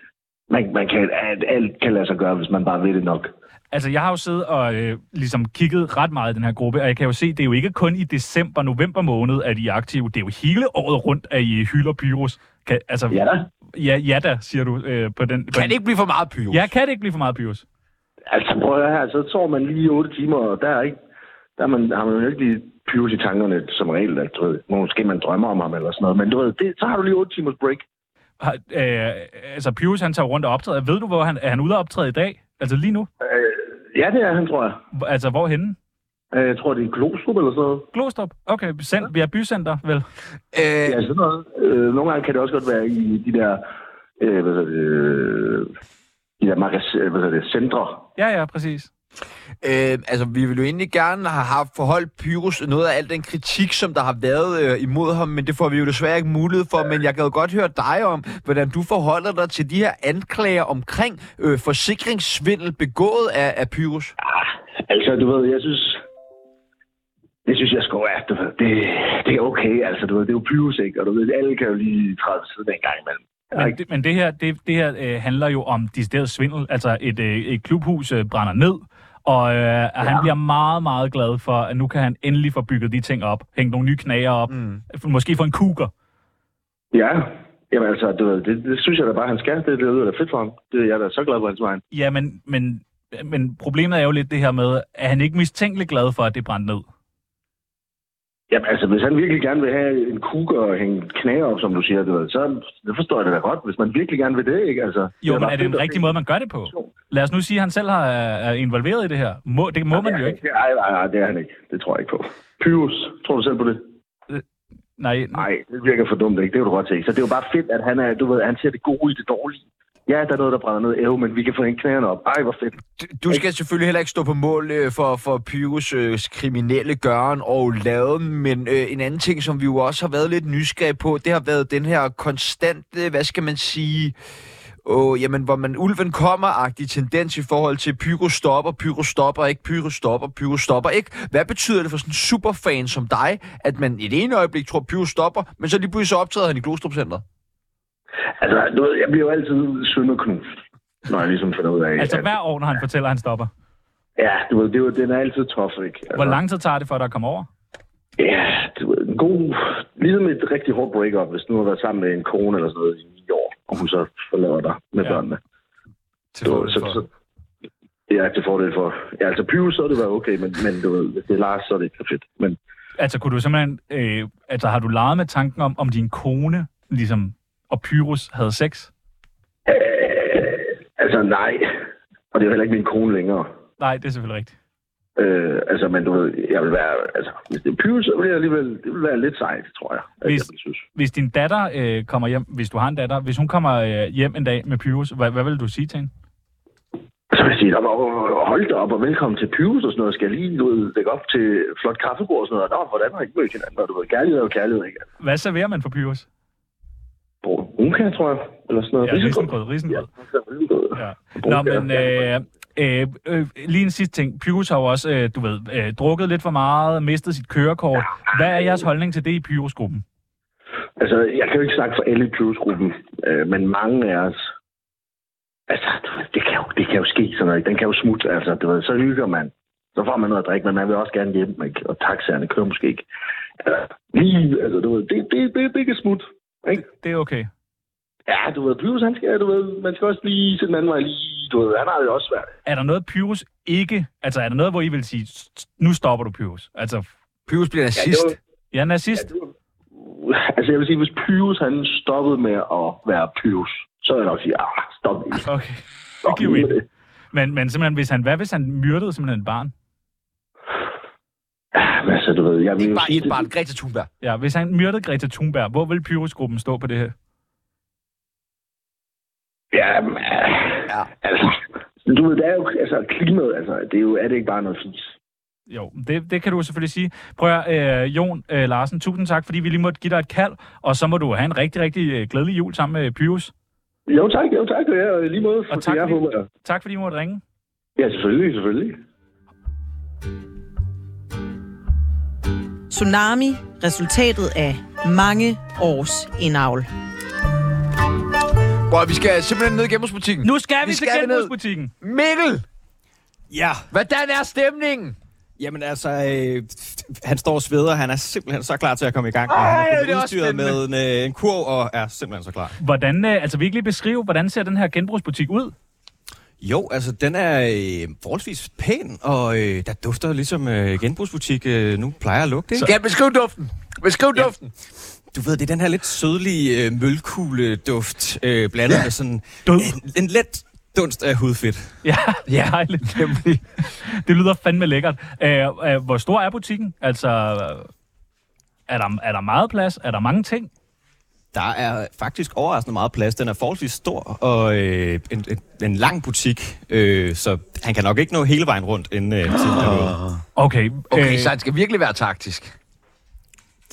S10: Man, man kan, at alt kan lade sig gøre, hvis man bare ved det nok.
S4: Altså, jeg har jo siddet og øh, ligesom kigget ret meget i den her gruppe, og jeg kan jo se, det er jo ikke kun i december, november måned, at I er aktive. Det er jo hele året rundt, at I hylder Pyrus. Kan, altså,
S10: Ja, da.
S4: ja, ja da, siger du øh, på den. på
S3: Kan
S4: den.
S3: det ikke blive for meget Pyrus?
S4: Ja, kan det ikke blive for meget Pyrus?
S10: Altså, prøv at høre her, så sover man lige 8 timer, og der er ikke, der er man, har man jo ikke lige pyves i tankerne, som regel, at, du ved, måske man drømmer om ham eller sådan noget, men du ved, det, så har du lige 8 timers break.
S4: Har, øh, altså, Pyrus, han tager rundt og optræder. Ved du, hvor han er han ude og optræde i dag? Altså lige nu?
S10: Øh, ja, det er han, tror jeg.
S4: Hvor- Altså, hvorhenne?
S10: Øh, Jeg tror, det er Glostrup eller sådan noget.
S4: Glostrup? Okay, send, vi er bycenter, vel?
S3: Øh,
S10: Ja, sådan noget. Øh, nogle gange kan det også godt være i de der, øh, hvad hedder det, øh, de der magas, øh, hvad hedder det, centre.
S4: Ja, ja, præcis.
S3: Øh, altså, vi ville jo egentlig gerne have haft forholdt Pyrus noget af al den kritik, som der har været øh, imod ham, men det får vi jo desværre ikke mulighed for. Men jeg kan jo godt høre dig om, hvordan du forholder dig til de her anklager omkring øh, forsikringssvindel begået af, af Pyrus.
S10: Altså, du ved, jeg synes... Det synes jeg sgu er, du ved, det, det er okay, altså, du ved, det er jo pyrus, ikke? Og du ved, alle kan jo lige træde til siden en gang imellem.
S4: Men det, men det her, det, det her øh, handler jo om decideret svindel. Altså et, øh, et klubhus øh, brænder ned, og øh, ja. han bliver meget, meget glad for, at nu kan han endelig få bygget de ting op. Hænge nogle nye knager op. Mm. Måske få en kuger.
S10: Ja, jamen altså, du ved, det, det synes jeg da bare, han skal. Det, det lyder da fedt for ham. Det, jeg er da så glad på hans vejen.
S4: Ja, men, men, men problemet er jo lidt det her med, at han ikke mistænkeligt glad for, at det brændte ned.
S10: Jamen altså, hvis han virkelig gerne vil have en kug og hænge knager op, som du siger, du ved, så det forstår jeg det da godt, hvis man virkelig gerne vil det, ikke? Altså,
S4: Jo,
S10: det
S4: men
S10: bare
S4: er det
S10: fedt
S4: den
S10: at
S4: rigtige
S10: se.
S4: måde, man gør det på? Lad os nu sige, at han selv har, er involveret i det her. Må, det må
S10: Nej, det
S4: man
S10: er
S4: jo
S10: han
S4: ikke.
S10: Nej, nej, nej, det er han ikke. Det tror jeg ikke på. Pyrus, tror du selv på det?
S4: Nej,
S10: Nej, det virker for dumt, ikke? Det kan du godt se. Så det er jo bare fedt, at han, er, du ved, han ser det gode i det dårlige. Ja, der er noget, der brænder ned. Ev, men vi kan få hængt knæerne op. Ej, hvor fedt.
S3: Du skal selvfølgelig heller ikke stå på mål øh, for, for Pyrus øh, kriminelle gøren og laden, men øh, en anden ting, som vi jo også har været lidt nysgerrige på, det har været den her konstante, hvad skal man sige, åh, jamen, hvor man ulven kommer-agtig tendens i forhold til Pyrus stopper, Pyrus stopper ikke, Pyrus stopper, Pyrus stopper ikke. Hvad betyder det for sådan en superfan som dig, at man i det ene øjeblik tror, Pyrus stopper, men så lige pludselig så optræder han i Glostrup Center?
S10: Altså, du ved, jeg bliver jo altid sønderknust, når jeg ligesom finder ud af...
S4: Altså
S10: at-
S4: hver år, når han fortæller, at han stopper.
S10: Ja, du ved, det er jo, den er altid tof, ikke? Altså,
S4: Hvor lang tid tager det, før der kommer over?
S10: Ja, du ved, en god... Ligesom et rigtig hårdt break-up, hvis nu har været sammen med en kone eller sådan noget i ni år, og hun så forlader dig med ja. børnene.
S3: Til
S10: fordel for. Så, ja, til fordel for. Ja, altså Pyrus, så er det været okay, men, men du ved, hvis det er Lars, så er det ikke så fedt. Men
S4: Altså, kunne du simpelthen, øh, altså, har du leget med tanken om, om din kone, ligesom, og Pyrus havde sex?
S10: altså, nej. Og det er jo heller ikke min kone længere.
S4: Nej, det er selvfølgelig rigtigt.
S10: Øh, altså, men du ved, jeg vil være... Altså, hvis det er Pyrus, så vil jeg alligevel... Det vil være lidt sejt, tror jeg. at
S4: Hvis-
S10: jeg vil synes.
S4: Hvis din datter øh, kommer hjem, hvis du har en datter, hvis hun kommer øh, hjem en dag med Pyrus, hvad, hvad vil du sige til hende?
S10: Så vil jeg sige, "Nå, men, øh, hold da op, og velkommen til Pyrus og sådan noget. Skal jeg lige, du ved, lægge op til flot kaffebord og sådan noget? Nå, hvordan har I mødt hinanden? Og du ved, kærlighed er jo kærlighed, ikke?
S4: Hvad serverer man for Pyrus?
S10: Brunka, tror jeg, eller sådan noget.
S4: Ja, risengrød, risengrød. Ja. Nå, men øh, øh, øh, lige en sidste ting. Pyrus har jo også, øh, du ved, øh, drukket lidt for meget, mistet sit kørekort. Hvad er jeres holdning til det i Pyrus-gruppen?
S10: Altså, jeg kan jo ikke snakke for alle i Pyrus-gruppen, øh, men mange af os... Altså, du ved, det kan, jo, det kan jo ske sådan noget. ikke? Den kan jo smutte, altså, du ved, så hygger man. Så får man noget at drikke, men man vil også gerne hjem, ikke? Og taxaerne kører måske ikke. Altså, lige, altså, du ved, det, det, det, det kan smutte, ikke?
S4: Det er okay.
S10: Ja, du ved, Pyrus, han skal, du ved, man skal også lige se den anden vej lige, du ved, han har det også svært.
S4: Er der noget, Pyrus ikke... Altså, er der noget, hvor I vil sige, "S- s- nu stopper du Pyrus? Altså,
S3: Pyrus bliver
S10: Ja, det var-
S4: jeg er nazist.
S10: Altså, jeg vil sige, hvis Pyrus, han stoppede med at være Pyrus, så vil jeg nok sige, ah, stop lige.
S4: Okay,
S10: Stop
S4: giver
S10: lige med
S4: mening.
S10: det.
S4: Men, men simpelthen, hvis han, hvad hvis han myrdede simpelthen et barn?
S10: Men altså, du ved, jeg vil
S3: Ikke
S10: jo
S3: bare
S10: sige,
S3: et barn, Greta Thunberg.
S4: Ja, hvis han myrdede Greta Thunberg, hvor vil Pyrus-gruppen stå på det her?
S10: Ja, men,
S3: Ja.
S10: ja. altså, du ved, det er jo, altså, klimaet, altså, det er jo, er det ikke bare noget fis?
S4: Jo, det, det kan du selvfølgelig sige. Prøv at, høre, øh, Jon øh, Larsen, tusind tak, fordi vi lige måtte give dig et kald, og så må du have en rigtig, rigtig øh, glædelig jul sammen med Pyrus.
S10: Jo tak, jo tak, ja, og i lige måde,
S4: Og tak,
S10: jeg
S4: fordi,
S10: håber, jeg.
S4: tak fordi I måtte ringe.
S10: Ja, selvfølgelig, selvfølgelig.
S8: Tsunami, resultatet af mange års indavl.
S3: Bro, vi skal simpelthen ned i genbrugsbutikken.
S4: Nu skal vi,
S3: Vi
S4: vi til
S3: skal ned.
S4: genbrugsbutikken.
S3: Mikkel!
S6: Ja,
S3: Hvordan er stemningen?
S6: jamen altså, øh, han står og sveder, han er simpelthen så klar til at komme i gang. og
S3: Ej,
S6: han er
S3: det er
S6: blevet
S3: også
S6: udstyret med en,
S3: spændende.
S6: øh, en kurv og er simpelthen så klar.
S4: Hvordan, øh, altså virkelig beskrive, hvordan ser den her genbrugsbutik ud?
S6: Jo, altså den er øh, forholdsvis pæn, og øh, der dufter ligesom øh, genbrugsbutik øh, nu plejer at lugte. Ikke?
S3: Ja, beskriv duften. Beskriv ja. duften.
S6: Du ved, det er den her lidt sødlige øh, mølkugle-duft, øh, blandet ja. med sådan
S4: Død.
S6: en, en let dunst af hudfedt.
S4: Ja, ja. dejligt. det lyder fandme lækkert. Æh, øh, hvor stor er butikken? Altså, øh, er der, er der meget plads? Er der mange ting?
S6: Der er faktisk overraskende meget plads. Den er forholdsvis stor og øh, en, en, en lang butik, øh, så han kan nok ikke nå hele vejen rundt inden øh, tiden er gået.
S4: Okay,
S3: Okay,
S4: øh,
S3: så han skal virkelig være taktisk.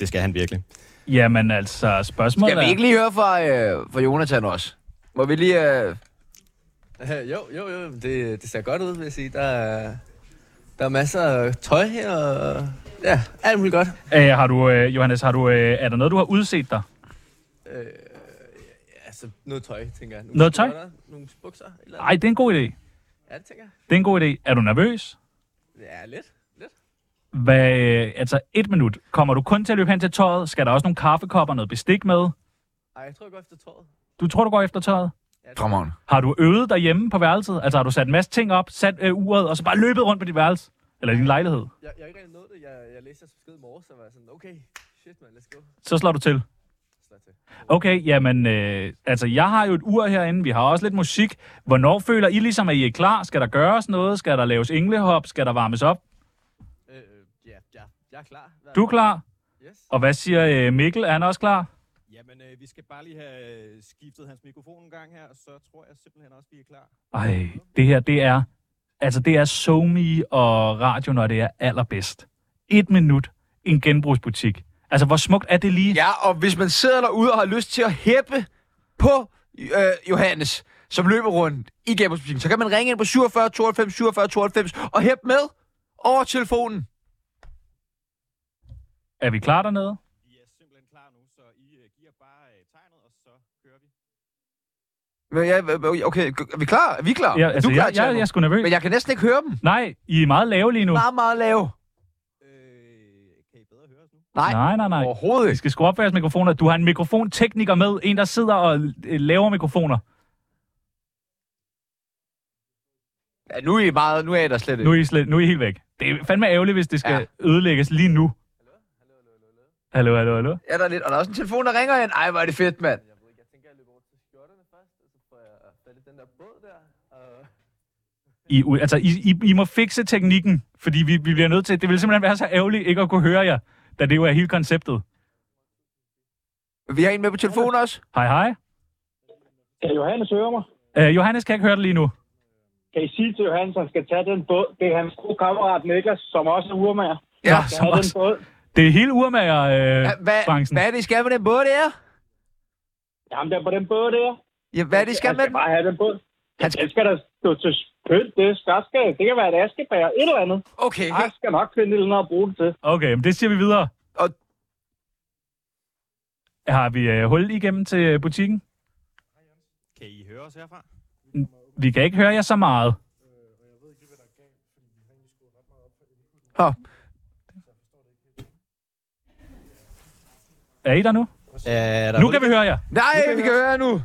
S6: Det skal han virkelig.
S4: Jamen altså, spørgsmålet
S3: Skal vi ikke lige høre fra, øh, fra Jonathan også? Må vi lige... Øh...
S7: Jo, jo, jo. Det, det ser godt ud, vil jeg sige. Der er, der er masser af tøj her, og ja, alt muligt godt.
S4: er... Øh, har du, øh, Johannes, har du, øh, er der noget, du har udset dig?
S7: Altså, noget tøj, tænker jeg. Nogle
S4: Noget tøj?
S7: skjorter, Nogle bukser? et Eller
S4: Nej, det er en god idé.
S7: Ja, det tænker jeg.
S4: Det er en god idé. Er du nervøs?
S7: Ja, lidt. lidt.
S4: Hvad, øh, altså, et minut. Kommer du kun til at løbe hen til tøjet? Skal der også nogle kaffekopper og noget bestik med?
S7: Ej, jeg tror, jeg går efter tøjet.
S4: Du tror, du går efter tøjet?
S3: Fremragende.
S4: Har du øvet derhjemme på værelset? Altså, har du sat en masse ting op, sat øh, uret, og så bare løbet rundt på dit værelse? Eller din lejlighed?
S7: Jeg, jeg har ikke rigtig nået det. Jeg, jeg læste jeres besked i morges, og var sådan, okay, shit, man, let's go.
S4: Så slår du til.
S7: Slå til.
S4: Okay, jamen, øh, altså, jeg har jo et ur herinde. Vi har også lidt musik. Hvornår føler I ligesom, at I er klar? Skal der gøres noget? Skal der laves englehop? Skal der varmes op?
S7: Øh, øh, ja, ja, jeg er klar. Hvad-
S4: Du er klar?
S7: Yes.
S4: Og hvad siger øh, Mikkel? Er han også klar?
S6: Jamen, øh, vi skal bare lige have øh, skiftet hans mikrofon en gang her, så tror jeg simpelthen også, vi er klar.
S4: Ej, det her, det er... Altså, det er SoMe og radio, når det er allerbedst. Et minut, en genbrugsbutik. Altså, hvor smukt er det lige?
S3: Ja, og hvis man sidder derude og har lyst til at hæppe på øh, Johannes, som løber rundt i genbrugsbutikken, så kan man ringe ind på 47 92 47 92 og hæppe med over telefonen.
S4: Er vi klar dernede?
S6: Vi er simpelthen klar nu, så I øh, giver bare øh, tegnet, og så kører vi.
S3: Men ja, okay, er vi klar? Er vi klar?
S4: Ja, altså,
S3: er du klar,
S4: jeg, jeg, jeg er
S3: Tjerno?
S4: sgu nervøs.
S3: Men jeg kan næsten ikke høre dem.
S4: Nej, I er meget lave lige nu.
S3: Meget, meget lave.
S6: Øh, kan I bedre høre os nu?
S3: Nej,
S4: Nej, nej, nej.
S3: overhovedet
S4: Vi
S3: ikke.
S4: skal skrue op for jeres mikrofoner. Du har en mikrofontekniker med. En, der sidder og øh, laver mikrofoner.
S3: Ja, nu er I meget, nu er I der slet
S4: Nu
S3: ikke.
S4: er I, slet, nu er I helt væk. Det er fandme ærgerligt, hvis det skal ødelægges lige nu. Hallo, hallo, hallo.
S3: Er der lidt, og der er også en telefon, der ringer ind. Ej, hvor er det fedt, mand.
S7: Jeg ved ikke, jeg tænker, jeg løber over til skjorterne først, og så får jeg fat i den der båd der, og...
S4: I, u- altså, I, I, I må fikse teknikken, fordi vi, vi bliver nødt til... Det vil simpelthen være så ærgerligt ikke at kunne høre jer, da det jo er hele konceptet.
S3: Vi har en med på telefonen også.
S4: Hej, hej.
S10: Kan Johannes høre mig?
S4: Øh, Johannes kan ikke høre det lige nu.
S10: Kan I sige til Johannes, at han skal tage den båd? Det er hans gode kammerat Niklas, som også er urmager.
S3: Ja.
S10: Skal
S4: som
S10: have den
S4: også-
S10: båd.
S4: Det er hele urmager-branchen. Øh,
S3: Hva- Hvad,
S4: branchen.
S3: hvad er det, I skal med den båd der?
S10: Jamen, der på den båd der.
S3: Ja, hvad er det, I skal
S10: Han
S3: med
S10: skal
S3: den?
S10: bare have den båd.
S3: Han
S10: Den
S3: skal...
S10: skal der stå til pynt. Det, er skrætskab. det kan være et askebær. Et eller andet.
S3: Okay,
S10: Jeg skal nok finde et eller andet at bruge det til.
S4: Okay, men det siger vi videre.
S3: Og-
S4: Har vi øh, hul igennem til øh, butikken?
S6: Kan I høre os herfra?
S4: Vi kan ikke høre jer så meget.
S3: Hå.
S4: Er I der nu?
S6: Ja,
S4: Nu kan vi høre jer.
S3: Nej, vi kan høre jer nu.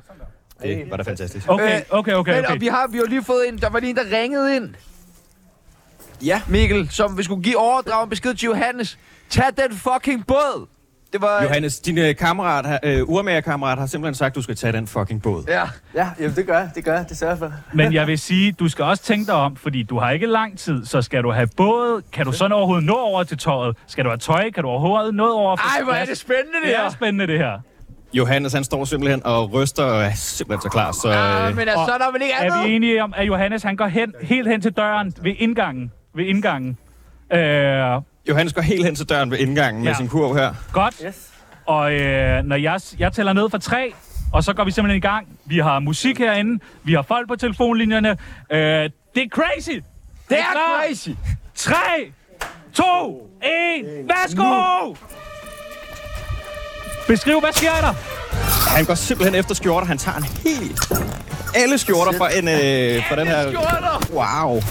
S6: Det var da fantastisk.
S4: Okay, okay, okay.
S3: Øh, Men,
S4: okay.
S3: og vi har vi har lige fået en, der var lige en, der ringede ind. Ja. Mikkel, som vi skulle give overdrag en besked til Johannes. Tag den fucking båd. Det var...
S6: Johannes, din øh, kammerat, har- øh, urmagerkammerat har simpelthen sagt, at du skal tage den fucking båd.
S3: Ja.
S7: Ja, jamen det gør jeg, det gør jeg, det sørger jeg for.
S4: Men jeg vil sige, du skal også tænke dig om, fordi du har ikke lang tid, så skal du have både, kan du sådan overhovedet nå over til tøjet? Skal du have tøj? Kan du overhovedet nå over for
S3: Ej, hvor er det spændende, det
S4: Det er
S3: her.
S4: spændende, det her.
S6: Johannes, han står simpelthen og ryster og er simpelthen så klar, så...
S3: Ah,
S6: Øh,
S3: men altså,
S4: og-
S3: så er der vel ikke
S4: Er vi
S3: andet?
S4: enige om, at Johannes han går hen, helt hen til døren ved indgangen? Ved indgangen. Øh,
S6: Johannes går helt hen til døren ved indgangen med
S4: Ja.
S6: sin kurv her.
S4: godt.
S7: Yes.
S4: Og øh, når jeg, jeg tæller ned fra tre, og så går vi simpelthen i gang. Vi har musik herinde. Vi har folk på telefonlinjerne. Øh, det er crazy.
S3: Det
S4: er
S3: er
S4: klart.
S3: crazy.
S4: 3, 2, 1, værsgo! Beskriv, hvad sker der?
S6: Han går simpelthen efter skjorter. Han tager en helt... Alle skjorter fra, en, øh, fra den her... Wow.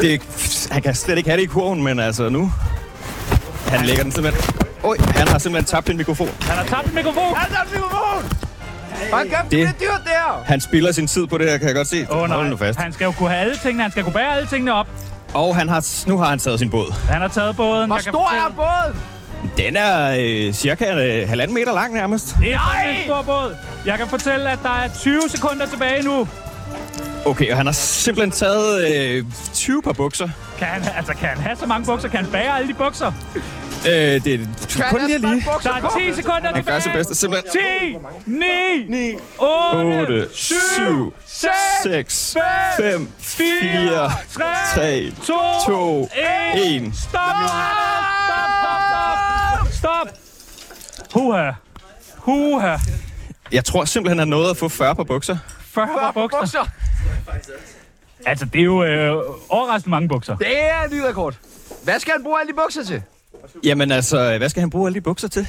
S6: Det, han kan slet ikke have det i kurven, men altså nu... Han lægger den simpelthen... Oj, han har simpelthen tabt en mikrofon.
S4: Han har tabt en mikrofon.
S3: Han tager mikrofon. Han kæft, det
S6: Det-
S3: er dyrt der.
S6: Han spilder sin tid på det her, kan jeg godt se.
S4: Åh oh,
S6: Hold nu
S4: nej,
S6: fast.
S4: han skal jo kunne have alle tingene. Han skal kunne bære alle tingene op.
S6: Og han har, nu har han taget sin båd.
S4: Han har taget båden.
S3: Hvor
S4: jeg kan
S3: stor er
S4: fortælle-
S3: båden?
S6: Den er øh, cirka øh, halvanden meter lang nærmest.
S4: Det er fandme en stor båd. Jeg kan fortælle, at der er 20 sekunder tilbage nu.
S6: Okay, og han har simpelthen taget øh, 20 par bukser.
S4: Kan han, altså, kan han have så mange bukser? Kan han bære alle de bukser?
S6: Øh, det er kun lige lige.
S4: Der er 10 sekunder
S6: Han gør sit bedste, simpelthen.
S4: 10, 9, 9 8,
S6: 8, 7,
S4: 6,
S6: 6,
S4: 5,
S6: 5, 4, 3, 2, 1.
S4: Stop! Stop! Stop! Huha. Huha.
S6: Jeg tror simpelthen, han nåede at få 40 på bukser.
S4: 40 bukser. bukser. Altså, det er jo øh, overraskende mange bukser.
S3: Det er en ny rekord. Hvad skal han bruge alle de bukser til?
S6: Jamen altså, hvad skal han bruge alle de bukser til?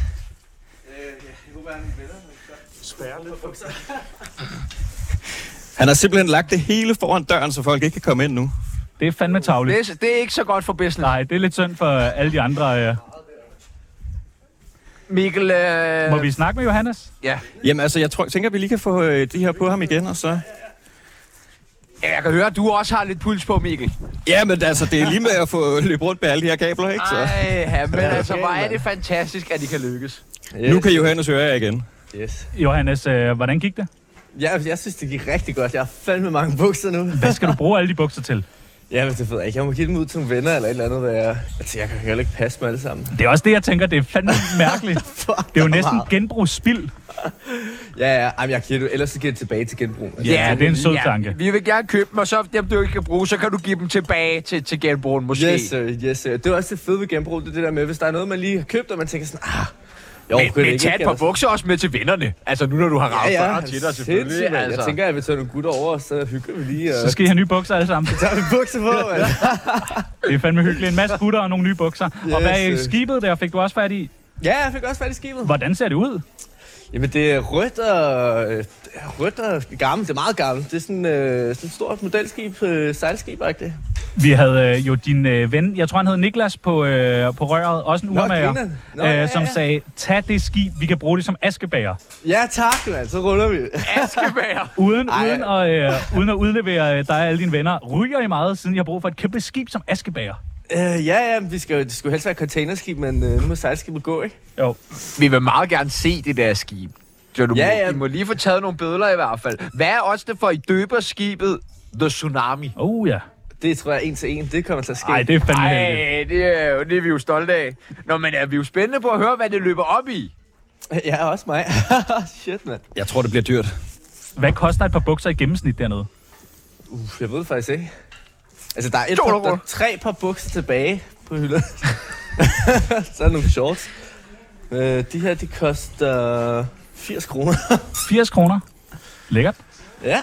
S6: Han har simpelthen lagt det hele foran døren, så folk ikke kan komme ind nu.
S4: Det er fandme tavligt.
S3: Det er, det er ikke så godt for business.
S4: Nej, det er lidt synd for øh, alle de andre. Øh.
S3: Mikkel, øh...
S4: Må vi snakke med Johannes?
S3: Ja.
S6: Jamen altså, jeg tror, tænker, vi lige kan få øh, de her på ham igen, og så...
S3: Ja, Jeg kan høre, at du også har lidt puls på, Mikkel.
S6: Jamen altså, det er lige med at få løbet rundt med alle de her kabler, ikke? Så.
S3: Ej, ja, men altså, hvor er det fantastisk, at de kan lykkes.
S6: Nu kan Johannes høre jer igen.
S7: Yes.
S4: Johannes, øh, hvordan gik det?
S7: Ja, jeg synes, det gik rigtig godt. Jeg har fandme mange bukser nu.
S4: Hvad skal du bruge alle de bukser til?
S7: Ja, men det ved jeg ikke. Jeg må give dem ud til nogle venner eller et eller andet, der jeg... Altså, jeg kan heller ikke passe dem alle sammen.
S4: Det er også det, jeg tænker, det er fandme mærkeligt.
S7: Fuck,
S4: Det er jo
S7: hvor
S4: næsten
S7: meget.
S4: genbrugsspild.
S7: Ja, ja. Jamen, jeg giver det, ellers så giver jeg det tilbage til genbrug. Altså,
S4: Ja, det er en sød tanke.
S3: Vi vil gerne købe dem, og så dem, du ikke kan bruge, så kan du give dem tilbage til, til genbrugen, måske.
S7: Yes, øh, sir, yes, sir. Det er også det fede ved genbrug, det er det der med, hvis der er noget, man lige har købt, og man tænker sådan, ah, jo,
S3: Men, men tag et par bukser også med til vennerne. Altså nu, når du har ramt
S7: Ja,
S3: ja,
S7: ja,
S3: til dig, selvfølgelig.
S7: sindssygt, altså.
S3: Altså.
S7: Jeg tænker, jeg vil tage nogle gutter over, og så hygger vi lige. Og...
S4: Så skal I have nye bukser alle sammen.
S7: tager vi bukser på, mand.
S4: Det er fandme hyggeligt. En masse gutter og nogle nye bukser. Og hvad er
S7: Yes. øh.
S4: skibet der? Fik du også fat i?
S7: ja, jeg fik også fat i skibet.
S4: Hvordan ser det ud?
S7: Jamen, det er rødt og, øh, rødt og gammelt. Det er meget gammelt. Det er sådan, øh, sådan et stort modelskib, øh, sejlskib -agtigt.
S4: Vi havde øh, jo din øh, ven, jeg tror han hed Niklas på, øh, på røret, også en urmager,
S7: grineren. Nå,
S4: øh,
S7: ja, ja.
S4: som sagde, tag det skib, vi kan bruge det som askebager.
S7: Ja, tak, mand. Så ruller vi.
S3: Askebær.
S4: Uden,
S7: Ej.
S4: uden, at, øh, uden at udlevere øh, dig og alle dine venner, ryger I meget, siden jeg har brug for et kæmpe skib som askebager.
S7: øh, ja, ja, men vi skal, jo- det skulle helst være et containerskib, men øh, nu må sejlskibet gå, ikke?
S4: Jo.
S3: Vi vil meget gerne se det der skib. Så du ja,
S7: Ja, ja.
S3: ja. Må, I må lige få taget nogle billeder i hvert fald. Hvad er også det for, I døber skibet The Tsunami?
S4: Oh ja.
S7: Det tror jeg en til en. Det kommer til at ske.
S4: Nej, det er fandme heldigt.
S3: Ej, det er, jo, det er vi jo stolte af. Nå, men er vi jo spændende på at høre, hvad det løber op i.
S7: Ja, også mig. Shit, mand.
S6: Jeg tror, det bliver dyrt.
S4: Hvad koster et par bukser i gennemsnit dernede?
S7: Uff, jeg ved det faktisk ikke. Altså, der er, et
S3: To
S7: par,
S3: euro.
S7: der er tre par bukser tilbage på hylden. så er der nogle shorts. Øh, de her, de koster 80 kroner.
S4: 80 kroner. Lækkert.
S7: ja.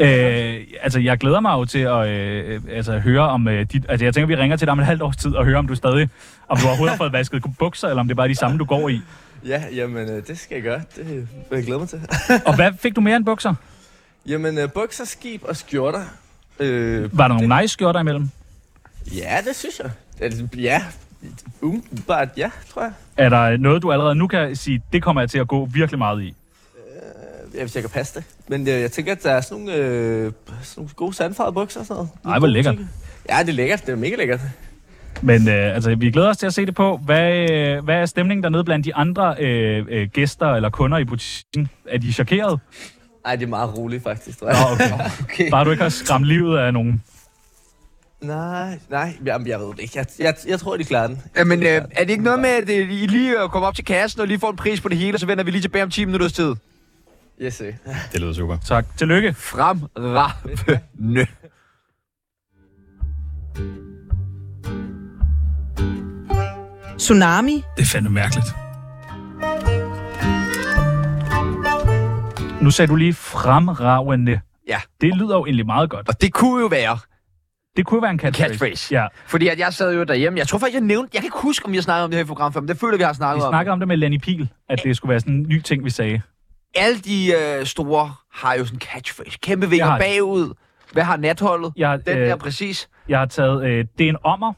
S4: Øh, altså, jeg glæder mig jo til at øh, altså, høre om øh, dit... Altså, jeg tænker, vi ringer til dig om et halvt års tid og hører, om du stadig... Om du overhovedet har fået vasket bukser, eller om det er bare de samme, du går i.
S7: Ja, jamen, øh, det skal jeg gøre. Det øh, vil jeg glæde mig til.
S4: Og hvad fik du mere end bukser?
S7: jamen, øh, bukser, skib og skjorter. Øh,
S4: Var der nogle nice skjorter imellem?
S7: ja, det synes jeg. Altså, Ja, umiddelbart ja, tror jeg.
S4: Er der noget, du allerede nu kan sige, det kommer jeg til at gå virkelig meget i?
S7: Ja, hvis jeg kan passe det. Men øh, jeg tænker, at der er sådan nogle, øh, sådan nogle gode sandfarvede bukser og sådan noget.
S4: Ej, hvor lækkert.
S7: Ja, det er lækkert. Det er mega lækkert.
S4: Men øh, altså, vi glæder os til at se det på. Hvad, øh, hvad er stemningen dernede blandt de andre øh, øh, gæster eller kunder i butikken? Er de chokeret?
S7: Ej, det er meget roligt faktisk, tror jeg.
S4: Nå, okay.
S7: okay.
S4: Bare du ikke har skræmt livet af nogen.
S7: Nej, nej, jamen, jeg ved det ikke. Jeg, jeg, jeg tror, de klarer den.
S3: Jamen, øh, er det ikke noget med, at øh, I lige øh, kommer op til kassen og lige får en pris på det hele, og så vender vi lige tilbage om 10 minutters tid?
S7: Yes, sir.
S6: Det lyder super.
S4: Tak. Tillykke.
S3: Fremragende.
S8: Tsunami,
S4: Det er fandme mærkeligt. Nu sagde du lige fremragende.
S3: Ja.
S4: Det lyder jo egentlig meget godt.
S3: Og det kunne jo være,
S4: Det kunne være en catchphrase.
S3: Catchphrase.
S4: Ja.
S3: fordi at jeg sad jo derhjemme. Jeg tror faktisk, jeg nævnte... Jeg kan ikke huske, om jeg snakkede om det her i program før, men det føler, vi har
S4: Vi
S3: snakket om.
S4: snakkede om det med Lenny Pil, at det skulle være sådan en ny ting, vi sagde.
S3: Alle de øh, store har jo sådan catchphrase. Kæmpe vinger
S4: Jeg har det.
S3: bagud. Hvad har natholdet?
S4: Jeg, har,
S3: Den
S4: øh,
S3: der præcis.
S4: jeg har taget, øh, det er en ommer.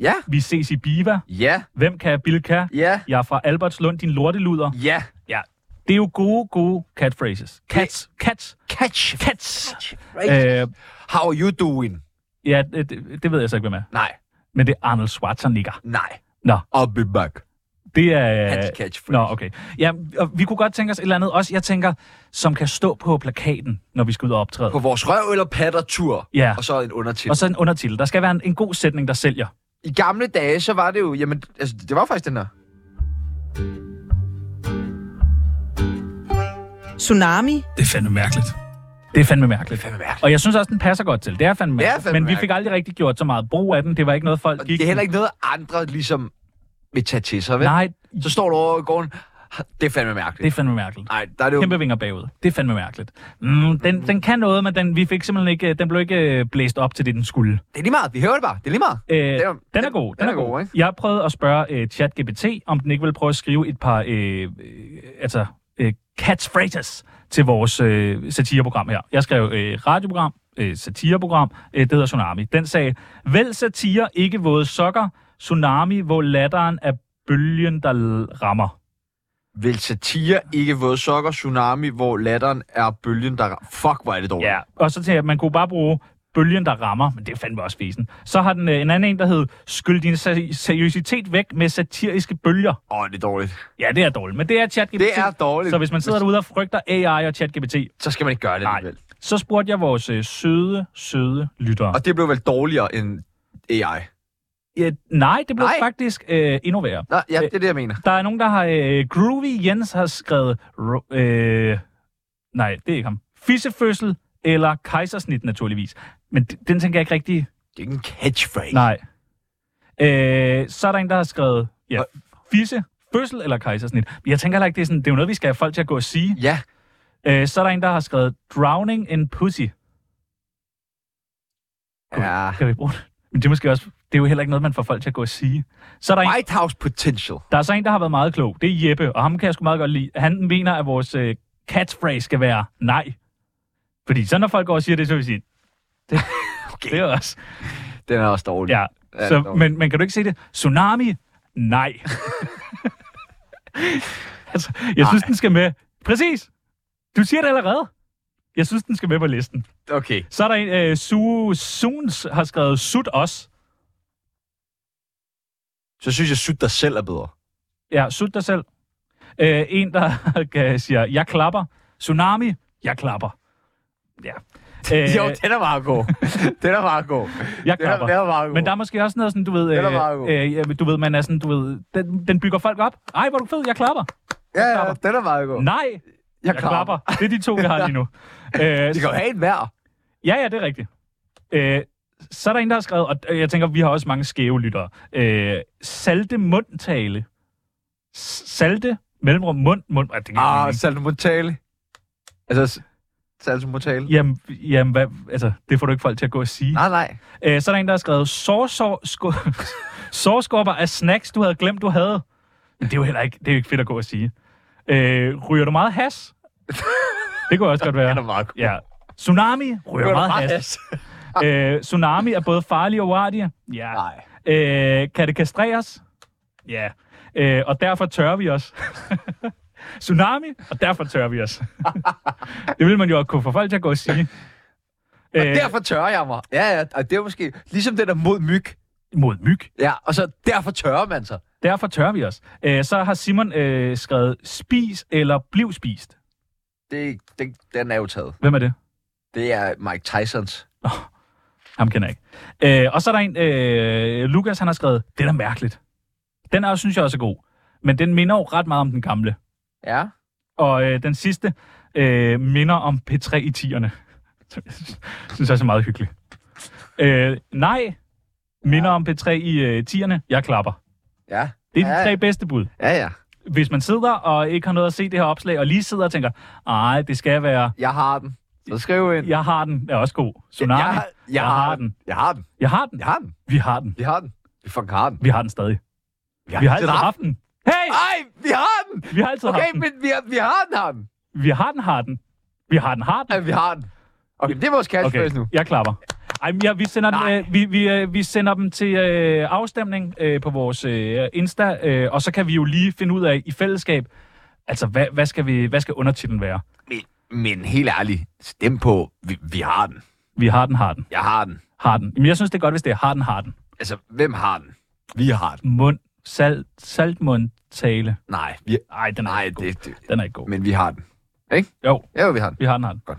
S3: Ja,
S4: Vi ses i Biva.
S3: ja,
S4: Hvem kan Bilka?
S3: ja,
S4: Jeg er fra Albertslund, din lorteluder.
S3: ja.
S4: Ja. Det er jo gode, gode catphrases. Cats. Cats.
S3: Catch.
S4: Cats.
S3: Right.
S4: Øh,
S3: How are you doing?
S4: ja, det, det- det ved jeg så ikke, hvem er.
S3: Nej,
S4: Men det er Arnold Schwarzenegger.
S3: nej.
S4: Nå.
S3: I'll be back.
S4: Det er...
S3: Hans catchphrase.
S4: Nå, okay. Ja, og vi kunne godt tænke os et eller andet også, jeg tænker, som kan stå på plakaten, når vi skal ud og optræde.
S3: På vores røv eller pattertur.
S4: Ja.
S3: Og så en undertitel.
S4: Og så en undertitel. Der skal være en, en god sætning, der sælger.
S3: i gamle dage, så var det jo... Jamen, altså, det var jo faktisk den der.
S8: Tsunami.
S4: Det er fandme mærkeligt. Det er fandme mærkeligt. Det er fandme mærkeligt. Og jeg synes også, den passer godt til. Det er fandme
S3: Det er
S4: mærkeligt.
S3: fandme
S4: Men vi fik
S3: mærkeligt.
S4: aldrig rigtig gjort så meget brug af den. Det var ikke noget, folk gik...
S3: Det er heller ikke noget, andre ligesom vil tage til sig, vel?
S4: Nej,
S3: Så står du over i gården. Det er fandme mærkeligt.
S4: det er fandme mærkeligt.
S3: Nej, der er det jo...
S4: Kæmpe vinger bagud. Det er fandme mærkeligt. Mm, den, den kan noget, men den, vi fik simpelthen ikke, øh, den blev ikke øh, blæst op til det, den skulle.
S3: Det er lige meget. Vi hører det bare. Det er lige meget.
S4: Øh,
S3: er-
S4: den, den er god. Den, den er god.
S3: ikke?
S4: Jeg prøvede at spørge øh, ChatGPT, om den ikke ville prøve at skrive et par øh, øh, altså, øh, catchphrases til vores øh, satireprogram her. Jeg skrev øh, radioprogram, øh, satireprogram, øh, det hedder Tsunami. Den sagde, vælg satire, ikke våde sokker, tsunami, hvor latteren er bølgen, der l- rammer.
S3: Vil satire ikke våde sokker, tsunami, hvor latteren er bølgen, der... ra- Fuck, hvor er det dårligt.
S4: Ja, og så tænkte jeg, at man kunne bare bruge bølgen, der rammer, men det er fandme også fesen. Så har den øh, en anden en, der hed, skyld din seri- seriøsitet væk med satiriske bølger.
S3: Åh, det er dårligt.
S4: Ja, det er dårligt, men det er ChatGPT.
S3: Det er dårligt.
S4: Så hvis man sidder derude og frygter AI og ChatGPT,
S3: Så skal man ikke gøre det
S4: Nej.
S3: alligevel.
S4: så spurgte jeg vores øh, søde, søde lyttere.
S3: Og det blev vel dårligere end AI.
S4: ja, nej, det blev
S3: Nej.
S4: faktisk øh, endnu værre.
S3: Nå, ja, det er det, jeg mener.
S4: Der er nogen, der har... Øh, Groovy Jens har skrevet... ro- Øh, nej, det er ikke ham. Fissefødsel eller kejsersnit, naturligvis. Men d- den tænker jeg ikke rigtig...
S3: Det er ikke en catchphrase.
S4: Nej. Øh, så er der en, der har skrevet... Ja, fisse, fødsel eller kejsersnit. Men Jeg tænker heller ikke, det er, sådan, det er jo noget, vi skal have folk til at gå og sige.
S3: Ja,
S4: Øh, så er der en, der har skrevet Drowning in Pussy.
S3: Ja.
S4: Kan vi bruge det? Men det er måske også... Det er jo heller ikke noget, man får folk til at gå og sige. Så er der, en,
S3: White House potential.
S4: der er så en, der har været meget klog. Det er Jeppe, og ham kan jeg sgu meget godt lide. Han mener, at vores øh, catchphrase skal være nej. Fordi så når folk går og siger det, så vil vi sige... Det, okay. det er også...
S3: Den er også dårlig.
S4: Ja,
S3: Ja,
S4: så,
S3: det er
S4: men, men kan du ikke se det? Tsunami? Nej. altså, jeg synes, den skal med. Præcis! Du siger det allerede. Jeg synes, den skal med på listen.
S3: Okay.
S4: Så er der en, øh, Su Suns har skrevet Sut os.
S3: Så synes jeg, sygt dig selv er bedre.
S4: Ja, sut dig selv. Øh, en, der kan- siger, jeg klapper. Tsunami, jeg klapper. Ja. Øh,
S3: jo, den er meget god. den er meget god.
S4: jeg
S3: Den er,
S4: klapper.
S3: den er meget god.
S4: Men der er måske også noget sådan, du ved,
S3: Den er meget god.
S4: øh, øh, ja, men du ved, man er sådan, du ved, den, den bygger folk op. Ej, hvor er du fed, jeg klapper.
S3: ja, ja, den er meget god.
S4: Nej, jeg, jeg klapper. Mm-hmm. Det er de to, jeg har lige nu. Øh,
S3: Det kan jo have en hver.
S4: Ja, ja, det er rigtigt. Øh, så er der en, der har skrevet, og øh, jeg tænker, vi har også mange skæve lyttere. Øh, salte mundtale. S- Salte mellemrum mund, mund. Ah, det kan
S3: Ah,
S4: jeg
S3: salmontale. Altså, salmontale.
S4: ikke. Jamen, jamen hvad, altså, det får du ikke folk til at gå og sige.
S3: Nej, nej.
S4: Øh, så er der en, der har skrevet, sårskorper af snacks, du havde glemt, du havde. Men det er jo heller ikke, det er jo ikke fedt at gå og sige. Øh, ryger du meget has? Det kunne også godt være.
S3: Den er meget god.
S4: Ja. Tsunami ryger meget has. Øh, tsunami er både farlig og uartig. Ja.
S3: Nej.
S4: Øh, kan det kastreres? Ja. Øh, og derfor tør vi os. Tsunami, og derfor tør vi os. det vil man jo kunne få folk til at gå og sige.
S3: Og
S4: Øh,
S3: derfor tørrer jeg mig. Ja, ja, og det er måske ligesom den der mod myg.
S4: mod myg.
S3: Ja, og så derfor tørrer man sig.
S4: Derfor tør vi os. Øh, så har Simon øh, skrevet, spis eller bliv spist.
S3: Det, det, den er jo taget.
S4: Hvem er det?
S3: Det er Mike Tysons.
S4: Ham kender jeg ikke. Øh, og så er der en, øh, Lukas han har skrevet, den er mærkeligt. Den er, synes jeg også er god. Men den minder jo ret meget om den gamle.
S3: Ja.
S4: Og øh, den sidste øh, minder om P3 i 10'erne. synes jeg er så meget hyggeligt. Øh, nej, minder om P3 i øh, 10'erne. Jeg klapper.
S3: Ja.
S4: Det er
S3: Ja,
S4: de
S3: ja.
S4: tre bedste bud.
S3: Ja, ja.
S4: Hvis man sidder og ikke har noget at se det her opslag, og lige sidder og tænker, ej, det skal være
S3: Jeg har den. Så skriv ind.
S4: Jeg har den. Er også god. Tsunami.
S3: Jeg, har- jeg, har den. Jeg har den.
S4: Jeg har den.
S3: Jeg har den.
S4: Vi har den.
S3: Vi har den. Vi fucking har den.
S4: Vi har den stadig.
S3: Vi har,
S4: Vi har altid haft den. Hey!
S3: Nej, vi har den.
S4: Vi har altid
S3: Ah! Okay,
S4: haft den.
S3: men vi har, vi har den, har den.
S4: Vi har den, har den. Vi har den, har den.
S3: Ja, vi har den. Okay, det er vores catchphrase okay. nu.
S4: jeg klapper. Ej, men ja, vi, sender den,
S3: Nej.
S4: øh, vi, vi, øh, vi sender dem til øh, afstemning øh, på vores øh, Insta, øh, og så kan vi jo lige finde ud af i fællesskab, altså hvad, hvad, skal, vi, hvad skal undertitlen være?
S3: Men, men helt ærligt, stem på, vi, vi har den.
S4: Vi har den, har den,
S3: Jeg har den.
S4: har den. Jamen, jeg synes, det er godt, hvis det er har den, har den.
S3: Altså, hvem har den? Vi har den.
S4: Mund, salt, saltmund, tale.
S3: Nej, vi,
S4: Ej, den er
S3: nej
S4: ikke god.
S3: det, det,
S4: Den er ikke god.
S3: men vi har den. Ikke?
S4: Jo,
S3: Ja, vi har den.
S4: vi har den, har den.
S9: Bobble,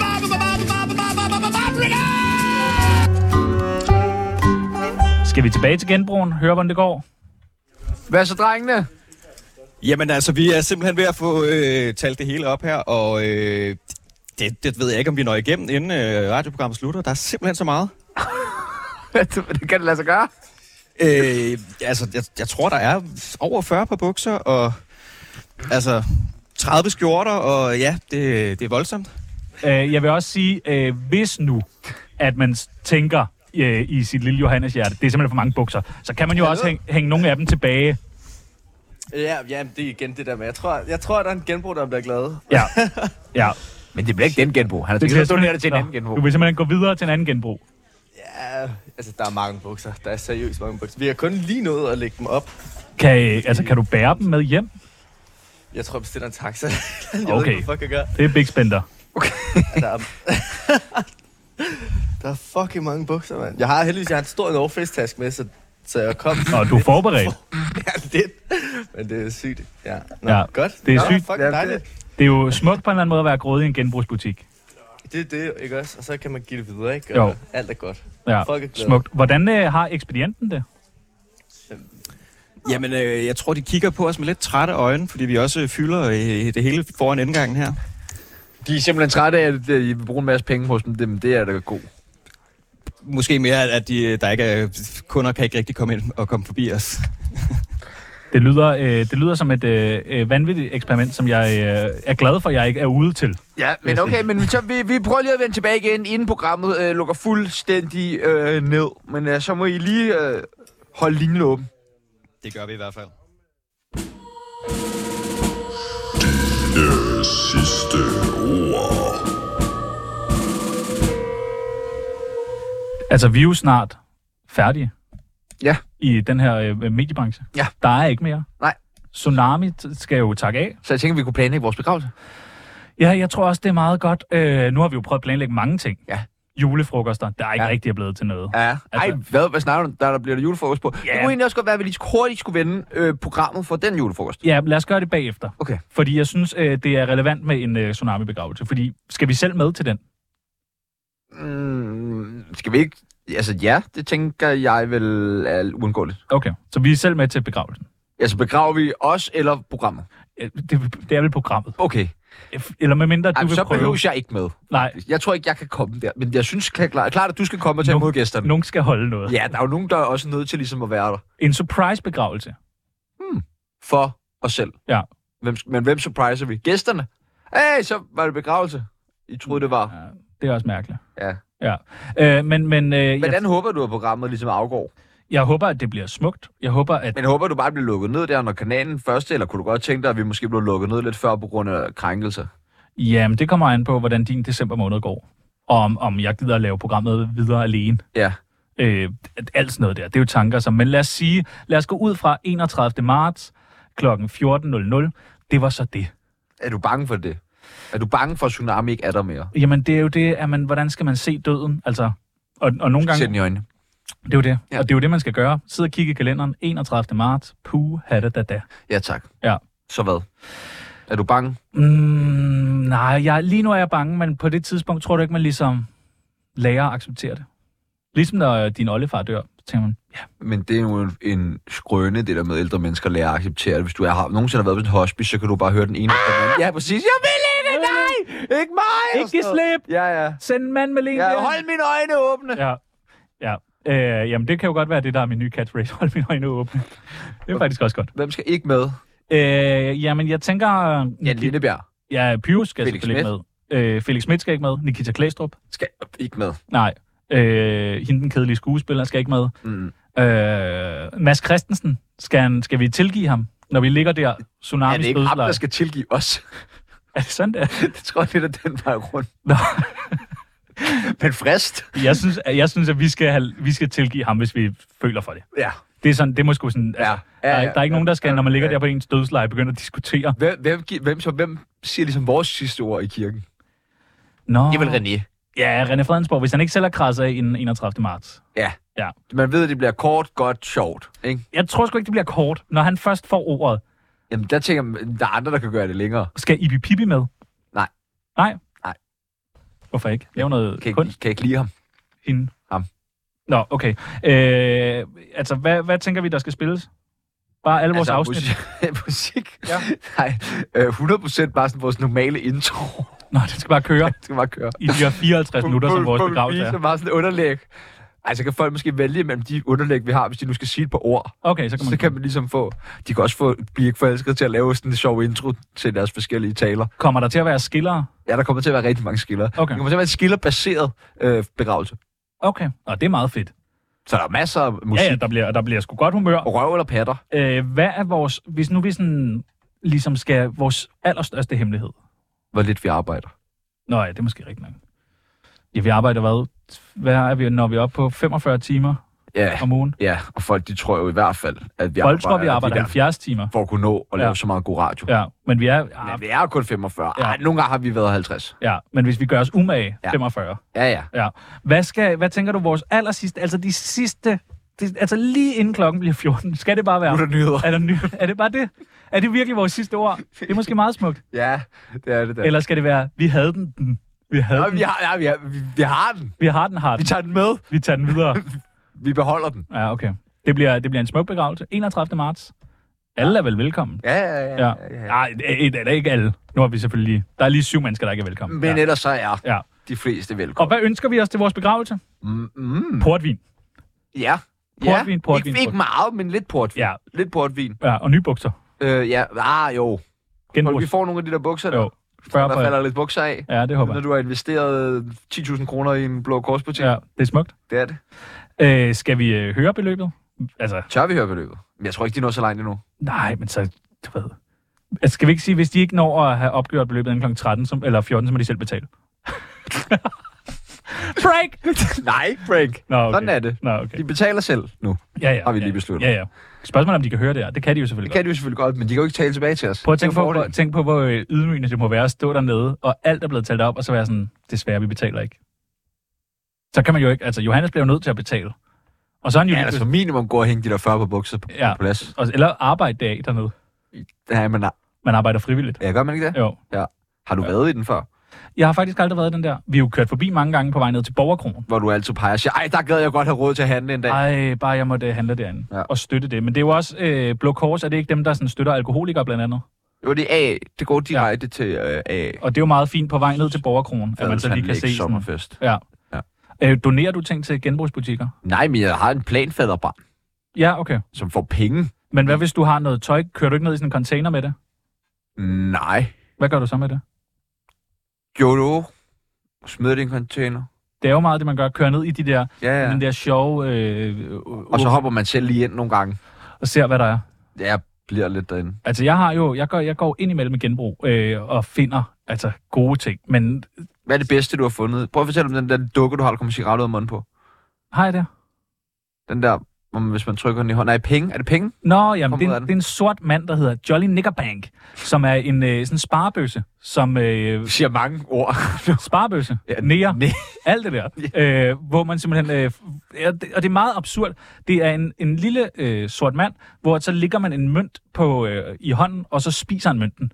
S9: bobble, bobble, bobble, bobble, bobble, bobble, bobble,
S4: Skal vi tilbage til genbrugen? Høre, hvordan det går?
S3: Hvad så, drengene?
S6: Jamen altså, vi er simpelthen ved at få øh, talt det hele op her, og øh, det, det ved jeg ikke, om vi når igennem, inden øh, radioprogrammet slutter. Der er simpelthen så meget.
S3: det kan det lade sig gøre?
S6: Øh, altså, jeg, jeg tror, der er over 40 par bukser, og altså 30 skjorter, og ja, det, det er voldsomt.
S4: Øh, jeg vil også sige, øh, hvis nu, at man s- tænker øh, i sit lille Johannes hjerte, det er simpelthen for mange bukser, så kan man jo også hænge, hænge nogle af dem tilbage.
S7: Ja, ja, det er igen det der med. Jeg tror, jeg tror der er en genbrug, der bliver glad.
S4: Ja. ja.
S3: Men det bliver ikke den genbrug. Han har
S4: bliver
S3: tænkt sig at donere det
S4: simpelthen-
S3: til en
S4: Nå,
S3: anden genbrug.
S4: Du vil simpelthen gå videre til en anden genbrug.
S7: Ja, altså, der er mange bukser. Der er seriøst mange bukser. Vi har kun lige nået at lægge dem op.
S4: Kan, øh, altså, kan du bære dem med hjem?
S7: Jeg tror, jeg bestiller en taxa. jeg ved ikke,
S4: Okay.
S7: hvad fuck jeg gør.
S4: Det er Big Spender.
S7: Der er, der er fucking mange bukser, mand. Jeg har heldigvis jeg har en stor North Face-taske med, så, så jeg kom...
S4: Og du er forberedt.
S7: ja, lidt. Men det er sygt. Ja, Nå,
S4: Ja,
S7: ja. godt.
S4: det er
S7: Nå,
S4: sygt.
S7: Fuck,
S3: Ja, det-
S7: dejligt.
S4: Det er jo smukt på en eller anden måde at være grådig i en genbrugsbutik.
S7: Det er det, ikke også? Og så kan man give det videre, ikke?
S4: Jo.
S7: Og alt er godt.
S4: Ja,
S7: Folk er glade.
S4: smukt. Hvordan øh, har ekspedienten det?
S6: Jamen, øh, jeg tror, de kigger på os med lidt trætte øjne, fordi vi også øh, fylder øh, det hele foran indgangen her.
S3: De er simpelthen trætte af, at øh, I vil bruge en masse penge hos dem. Det, men det er da god.
S6: Måske mere, at de, øh, der ikke er, kunder kan ikke rigtig komme ind og komme forbi os.
S4: Det lyder, øh, det lyder som et øh, øh, vanvittigt eksperiment, som jeg øh, er glad for, at jeg ikke er ude til.
S3: Ja, men
S4: Næsten.
S3: okay, men så, vi, vi prøver lige at vende tilbage igen, inden programmet øh, lukker fuldstændig øh, ned. Men øh, så må I lige øh, holde linjen åben.
S6: Det gør vi i hvert fald.
S11: sidste ord.
S4: Altså, vi er jo snart færdige
S3: Ja.
S4: i den her øh, mediebranche.
S3: Ja.
S4: Der er ikke mere.
S3: Nej.
S4: Tsunami t- skal jo takke af.
S3: Så jeg tænker, vi kunne planlægge vores begravelse.
S4: Ja, jeg tror også, det er meget godt. Øh, nu har vi jo prøvet at planlægge mange ting.
S3: Ja.
S4: Julefrokoster, der er ikke
S3: Ja.
S4: ja. rigtig er blevet til noget.
S3: Ja. Ej, hvad, hvad snakker du om? Der, der bliver der julefrokost på.
S4: Ja.
S3: Det kunne egentlig også godt være, at vi lige hurtigt skulle vende øh, programmet for den julefrokost.
S4: Ja, lad os gøre det bagefter.
S3: Okay.
S4: Fordi jeg synes, øh, det er relevant med en øh, tsunami-begravelse. Fordi skal vi selv med til den?
S3: Mm, skal vi ikke... Altså ja, det tænker jeg vel er uundgåeligt.
S4: Okay, så vi er selv med til begravelsen.
S3: Altså begraver vi os eller programmet?
S4: Øh, Det, det er vel programmet.
S3: Okay.
S4: Eller medmindre du
S3: Ej,
S4: vil
S3: så
S4: prøve.
S3: behøver jeg ikke med.
S4: Nej,
S3: Jeg tror ikke, jeg kan komme der, men jeg synes klart, klart klart, at du skal komme og tage
S4: Nu-
S3: imod gæsterne.
S4: nogen skal holde noget.
S3: Ja, der er jo nogen, der er også nødt til ligesom at være der
S4: En surprise-begravelse.
S3: for os selv.
S4: Ja.
S3: Hvem, men hvem surpriser vi? Gæsterne? Hey, så var det begravelse. I troede, det var.
S4: Ja, det er også mærkeligt.
S3: Ja.
S4: ja. Øh, men men øh, jeg,
S3: Hvordan håber du, at programmet ligesom afgår?
S4: jeg håber, at det bliver smukt. Jeg håber, at...
S3: Men håber du bare at blive lukket ned der, når kanalen først, eller kunne du godt tænke dig, at vi måske blev lukket ned lidt før på grund af krænkelser?
S4: Jamen, det kommer an på, hvordan din december måned går. Og om, om jeg gider at lave programmet videre alene.
S3: Ja.
S4: Øh, alt sådan noget der. Det er jo tanker som... Men lad os sige, lad os gå ud fra 31. marts kl. 14.00. Det var så det.
S3: Er du bange for det? Er du bange for, at tsunami ikke er der mere?
S4: Jamen, det er jo det, at man, hvordan skal man se døden? Altså, og, og nogle gange...
S3: Sæt den i øjnene.
S4: Det er jo det.
S3: Ja.
S4: Ja. Og det er jo det, man skal gøre. Sidde og kigge i kalenderen. 31. marts. Puh, hatte da da.
S3: Ja, tak.
S4: Ja.
S3: Så hvad? Er du bange?
S4: Mm, nej, jeg, lige nu er jeg bange, men på det tidspunkt tror du ikke, man ligesom lærer at acceptere det. Ligesom når øh, din oldefar dør, så tænker man, ja,
S3: Men det er jo en, en skrøne, det der med ældre mennesker lærer at acceptere det. Hvis du er, har nogensinde har været på et hospice, så kan du bare høre den ene efter den anden. Ja, præcis. Jeg vil ikke! Nej! Ikke mig! og
S4: ikke
S3: sådan
S4: give
S3: noget.
S4: slip!
S3: Ja, ja.
S4: Send en mand med len
S3: Ja,
S4: der.
S3: hold mine øjne åbne.
S4: Ja, ja. Øh, jamen, det kan jo godt være det, der er min nye catchphrase. Hold mine øjne åbne. Det er faktisk også godt.
S3: Hvem skal ikke med?
S4: Øh, jamen, jeg tænker... øh,
S3: Ja, Lindebjerg.
S4: Ja, Pyrus skal
S3: Felix
S4: selvfølgelig ikke med. Øh, Felix Schmidt skal ikke med. Nikita Klæstrup.
S3: Skal ikke med.
S4: Nej. Øh, hende den kedelige skuespiller skal ikke med.
S3: Mm.
S4: Øh, Mads Christensen, skal, han, skal vi tilgive ham, når vi ligger der?
S3: Er
S4: Tsunamis
S3: det ikke ham, der
S4: dødsleje.
S3: skal tilgive os?
S4: Er det sådan der?
S3: det tror jeg lidt er den vej rundt.
S4: Nå.
S3: Men frist.
S4: Jeg synes, at, jeg synes, at vi, skal have, vi skal tilgive ham, hvis vi føler for det.
S3: Ja.
S4: Det er, sådan, det må sgu sådan...
S3: Ja.
S4: Altså, ja, ja, der, er, der er ikke nogen, der skal, når man ligger
S3: ja.
S4: der på ens dødsleje, begynde at diskutere.
S3: Hvem, hvem, gi- hvem, så, hvem siger ligesom vores sidste ord i kirken?
S4: Nå,
S3: Det er vel René.
S4: Ja, René Fredensborg, hvis han ikke selv har krasset af inden 31. marts.
S3: Ja.
S4: Ja.
S3: Man ved, at det bliver kort, godt, sjovt. Ikke?
S4: Jeg tror sgu ikke, det bliver kort, når han først får ordet.
S3: Jamen, der tænker man, der er andre, der kan gøre det længere.
S4: Skal Ibi Pippi med?
S3: Nej.
S4: Nej?
S3: Nej.
S4: Hvorfor ikke? Lave noget
S3: Kan,
S4: kunst.
S3: ikke, kan ikke lide ham.
S4: Hende.
S3: Ham.
S4: Nå, okay. Øh, altså, hvad, hvad tænker vi, der skal spilles? Bare alle vores
S3: Altså,
S4: afsnit?
S3: Musik, musik. Ja. Nej, øh, 100% bare sådan vores normale intro.
S4: Nå, det skal bare køre. det
S3: skal bare køre.
S4: I de her 54 minutter, som vores begravelse
S3: er.
S4: er.
S3: bare sådan et underlæg. Altså kan folk måske vælge mellem de underlæg, vi har, hvis de nu skal sige et par ord.
S4: Okay, så kan man-
S3: så kan man ligesom få... De kan også få blive forelsket til at lave sådan en sjov intro til deres forskellige taler.
S4: Kommer der til at være skillere?
S3: Ja, der kommer til at være rigtig mange skiller. Okay. Der kommer til at være en skillerbaseret øh, begravelse.
S4: Okay, og det er meget fedt.
S3: Så der er masser af musik.
S4: Ja, ja, der bliver, der bliver sgu godt humør.
S3: Røv eller patter.
S4: Øh, hvad er vores... Hvis nu vi sådan ligesom skal... Vores allerstørste hemmelighed.
S3: Hvor lidt vi arbejder.
S4: Nå ja, det er måske rigtigt nok. Ja, vi arbejder hvad? Hvad er vi, når vi er oppe på 45 timer
S3: Ja.
S4: om ugen?
S3: Ja, og folk de tror jo i hvert fald, at vi
S4: Folk tror, vi
S3: at
S4: arbejder
S3: der-
S4: 70 timer.
S3: For at kunne nå at
S4: Ja.
S3: lave så meget god radio.
S4: Ja, men vi er... Ja,
S3: Men vi er jo kun 45. Ja. Ej, nogle gange har vi været 50.
S4: ja men hvis vi gør os umage,
S3: Ja.
S4: ja. 45.
S3: Ja, ja.
S4: Ja. Hvad, skal, hvad tænker du vores aller sidste, altså de sidste, det, altså lige inden klokken bliver 14, skal det bare være?
S3: Nu er der nyheder.
S4: Er, der ny, er det bare det? Er det virkelig vores sidste ord? Det er måske meget smukt.
S3: Ja, det er det der.
S4: Eller skal det være, vi havde den, den. vi havde
S3: Nå,
S4: den.
S3: vi har, ja, vi, har, vi, vi har den.
S4: Vi har den, har den.
S3: Vi tager den med.
S4: Vi tager den videre.
S3: Vi beholder den.
S4: Ja, okay. Det bliver, det bliver en smuk begravelse. 31. marts. Alle er vel velkommen.
S3: Ja, ja, ja.
S4: Ja. Nej, det er ikke alle. Nu har vi selvfølgelig lige... Der er lige syv mennesker, der ikke er velkommen.
S3: Men
S4: ja.
S3: ellers så er
S4: Ja.
S3: de fleste velkommen.
S4: Og hvad ønsker vi os til vores begravelse?
S3: Mm.
S4: Portvin.
S3: Ja.
S4: Portvin,
S3: ja.
S4: portvin,
S3: Ikke, ikke meget, men lidt portvin.
S4: Ja.
S3: Lidt portvin.
S4: Ja, og nye bukser.
S3: Øh, ja, ah, jo.
S4: Genbrugs.
S3: Vi får nogle af de der bukser, der,
S4: Jo.
S3: der
S4: 40 på-
S3: falder lidt bukser af.
S4: Ja, det håber
S3: Når
S4: jeg.
S3: du har investeret 10.000 kroner i en blå korsbutik.
S4: Ja, det er smukt.
S3: Det er det.
S4: Øh, skal vi øh, høre beløbet? Altså,
S3: Tør vi høre beløbet? Men Jeg tror ikke, de når så langt endnu.
S4: nej, men så... Du ved. Altså, skal vi ikke sige, hvis de ikke når at have opgjort beløbet inden kl. 13 som, eller 14, så må de selv betale. Prank!
S3: Nej, Frank.
S4: Nå, okay.
S3: Sådan er det.
S4: Nå, okay.
S3: De betaler selv nu.
S4: Ja, ja,
S3: Har vi lige
S4: ja,
S3: besluttet.
S4: Ja, ja. Spørgsmålet er, om de kan høre det her. Det kan de jo
S3: Det
S4: selvfølgelig
S3: kan de jo selvfølgelig godt, men de kan jo ikke tale tilbage til os.
S4: Prøv at tænke
S3: Det er jo
S4: på, hvor,
S3: fordelen.
S4: tænk på, hvor øh, ydmygende det må være at stå dernede, og alt er blevet talt op, og så være sådan, desværre, vi betaler ikke. Så kan man jo ikke, altså Johannes bliver jo nødt til at betale. Og så er han jo
S3: Ja,
S4: lige
S3: altså minimum gå og hænge de der 40 på bukser på,
S4: Ja.
S3: ja. på plads.
S4: og- eller arbejde det af dernede.
S3: Ja, men nej.
S4: Man arbejder frivilligt.
S3: Ja, gør man ikke det?
S4: Jo.
S3: Ja. Har du ja. været i den før?
S4: Jeg har faktisk aldrig været i den der. Vi har jo kørt forbi mange gange på vej ned til Borgerkronen.
S3: Hvor du altid peger og siger, ej, der gad jeg godt have råd til at handle en dag. Ej.
S4: Ej, bare jeg måtte øh, handle derinde ja.
S3: Ja.
S4: og støtte det. Men det er jo også, øh, Blå Kors, er det ikke dem, der sådan støtter alkoholikere blandt andet?
S3: Jo, det er A. Det går direkte ja. til øh, A.
S4: Og det er jo meget fint på vej ned til Borgerkronen, at man så lige kan
S3: Fadelsanlæg
S4: se sådan.
S3: sommerfest.
S4: Ja.
S3: Ja.
S4: Øh, donerer du ting til genbrugsbutikker?
S3: Nej, men jeg har en planfaderbarn,
S4: Ja, okay.
S3: som får penge.
S4: Men
S3: Mm.
S4: hvad hvis du har noget tøj? Kører du ikke ned i sådan en container med det?
S3: Nej.
S4: Hvad gør du så med det?
S3: Gjorde du? Smid det i en container.
S4: Det er jo meget det, man gør. Kører ned i de der,
S3: Ja,
S4: ja.
S3: ja.
S4: den der sjove... Øh,
S3: Og så hopper man selv lige ind nogle gange.
S4: og ser, hvad der er.
S3: Jeg bliver lidt derinde.
S4: Altså, jeg har jo... Jeg går, jeg går ind imellem med genbrug øh, og finder altså, gode ting. Men
S3: Hvad er det bedste, du har fundet? Prøv at fortælle om den der dukke, du har, der kommer cigaretter ud af munden på.
S4: har jeg det?
S3: Den der, hvor man- hvis man trykker den i hånden. Nej, penge. Er det penge?
S4: Nå, jamen,
S3: Kom
S4: det,
S3: ud
S4: er,
S3: af
S4: en-
S3: den.
S4: det er en sort mand, der hedder Jolly Nickerbank, som er en øh, sådan sparebøsse, som... Øh,
S3: siger mange ord.
S4: sparebøsse, ja,
S3: Ja,
S4: nære,
S3: næ-
S4: alt det der. Øh, hvor man simpelthen... Øh, f- ja, det- og det er meget absurd. Det er en, en lille øh, sort mand, hvor så ligger man en mønt på, øh, i hånden, og så spiser han mønten.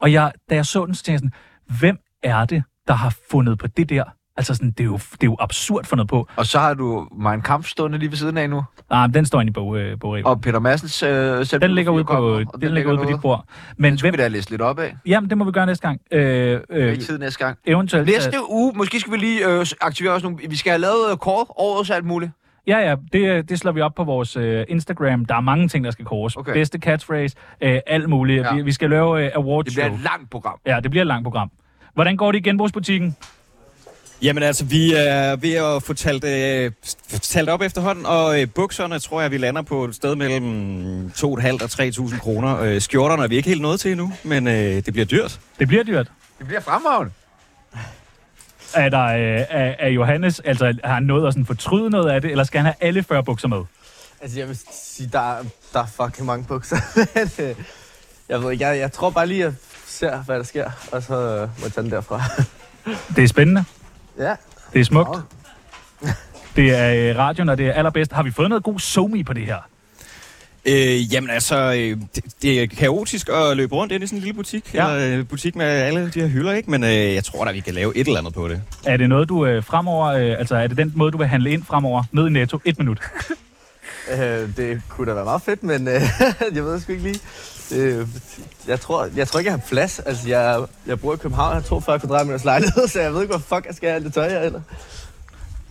S4: Og jeg, da jeg så den, så tænkte jeg sådan, hvem er det, der har fundet på det der? Altså sådan, det er jo, det er jo absurd fundet på.
S3: Og så har du Mein Kampf stående lige ved siden af nu.
S4: Ah, men den står inde i bog, øh, bogreolen.
S3: Og Peter Madsens øh, selv.
S4: Den ligger ude på, den ligger ude på dit bord. Men
S3: Hvem
S4: hvem,
S3: vi da læse lidt op af?
S4: jamen, det må vi gøre næste gang. Øh, øh,
S3: I tid næste gang.
S4: eventuelt. øh,
S3: Næste uge, måske skal vi lige øh, aktivere os nogle... Vi skal have lavet øh, kort årets alt muligt.
S4: Ja, ja, det, øh, det slår vi op på vores øh, Instagram. Der er mange ting, der skal kores. Okay.
S3: Okay.
S4: Bedste catchphrase, øh, alt muligt. Ja.
S3: Ja.
S4: Vi, vi skal lave øh, awards
S3: Det
S4: show.
S3: bliver et langt program.
S4: Ja, det bliver et langt program. Hvordan går det i genbrugsbutikken?
S6: Jamen altså, vi er ved at få talt, øh, talt op efterhånden, og øh, bukserne tror jeg, vi lander på et sted mellem 2.500 og 3.000 kroner. Øh, skjorterne er vi ikke helt nået til endnu, men øh, det bliver dyrt.
S4: Det bliver dyrt.
S3: Det bliver fremragende.
S4: Er, der, øh, er, er Johannes, altså har han nået at sådan fortryde noget af det, eller skal han have alle 40 bukser med?
S7: Altså, jeg vil sige, der er, der er fucking mange bukser. Men, øh, jeg ved ikke, jeg, jeg tror bare lige, at jeg ser, hvad der sker, og så øh, må jeg tage den derfra.
S4: Det er spændende.
S7: ja.
S4: Det er smukt.
S7: Wow.
S4: Det er øh, radioen, og det er allerbedst. Har vi fået noget god somi på det her?
S6: Øh, jamen altså, øh, det, det er kaotisk at løbe rundt ind i sådan en lille butik. Ja. Eller, øh, butik med alle de her hylder, ikke? Men øh, jeg tror da, vi kan lave et eller andet på det.
S4: Er det noget, du øh, fremover... Øh, altså, er det den måde, du vil handle ind fremover? Ned i Netto. Et minut.
S7: Øh, det kunne da være meget fedt, men øh, jeg ved sgu ikke lige. Øh, jeg, tror, jeg tror ikke, jeg har plads. Altså, jeg, jeg bor i København, jeg har 42 kvadratmeters lejlighed, så jeg ved ikke, hvor fuck jeg skal have alt det tøj her eller.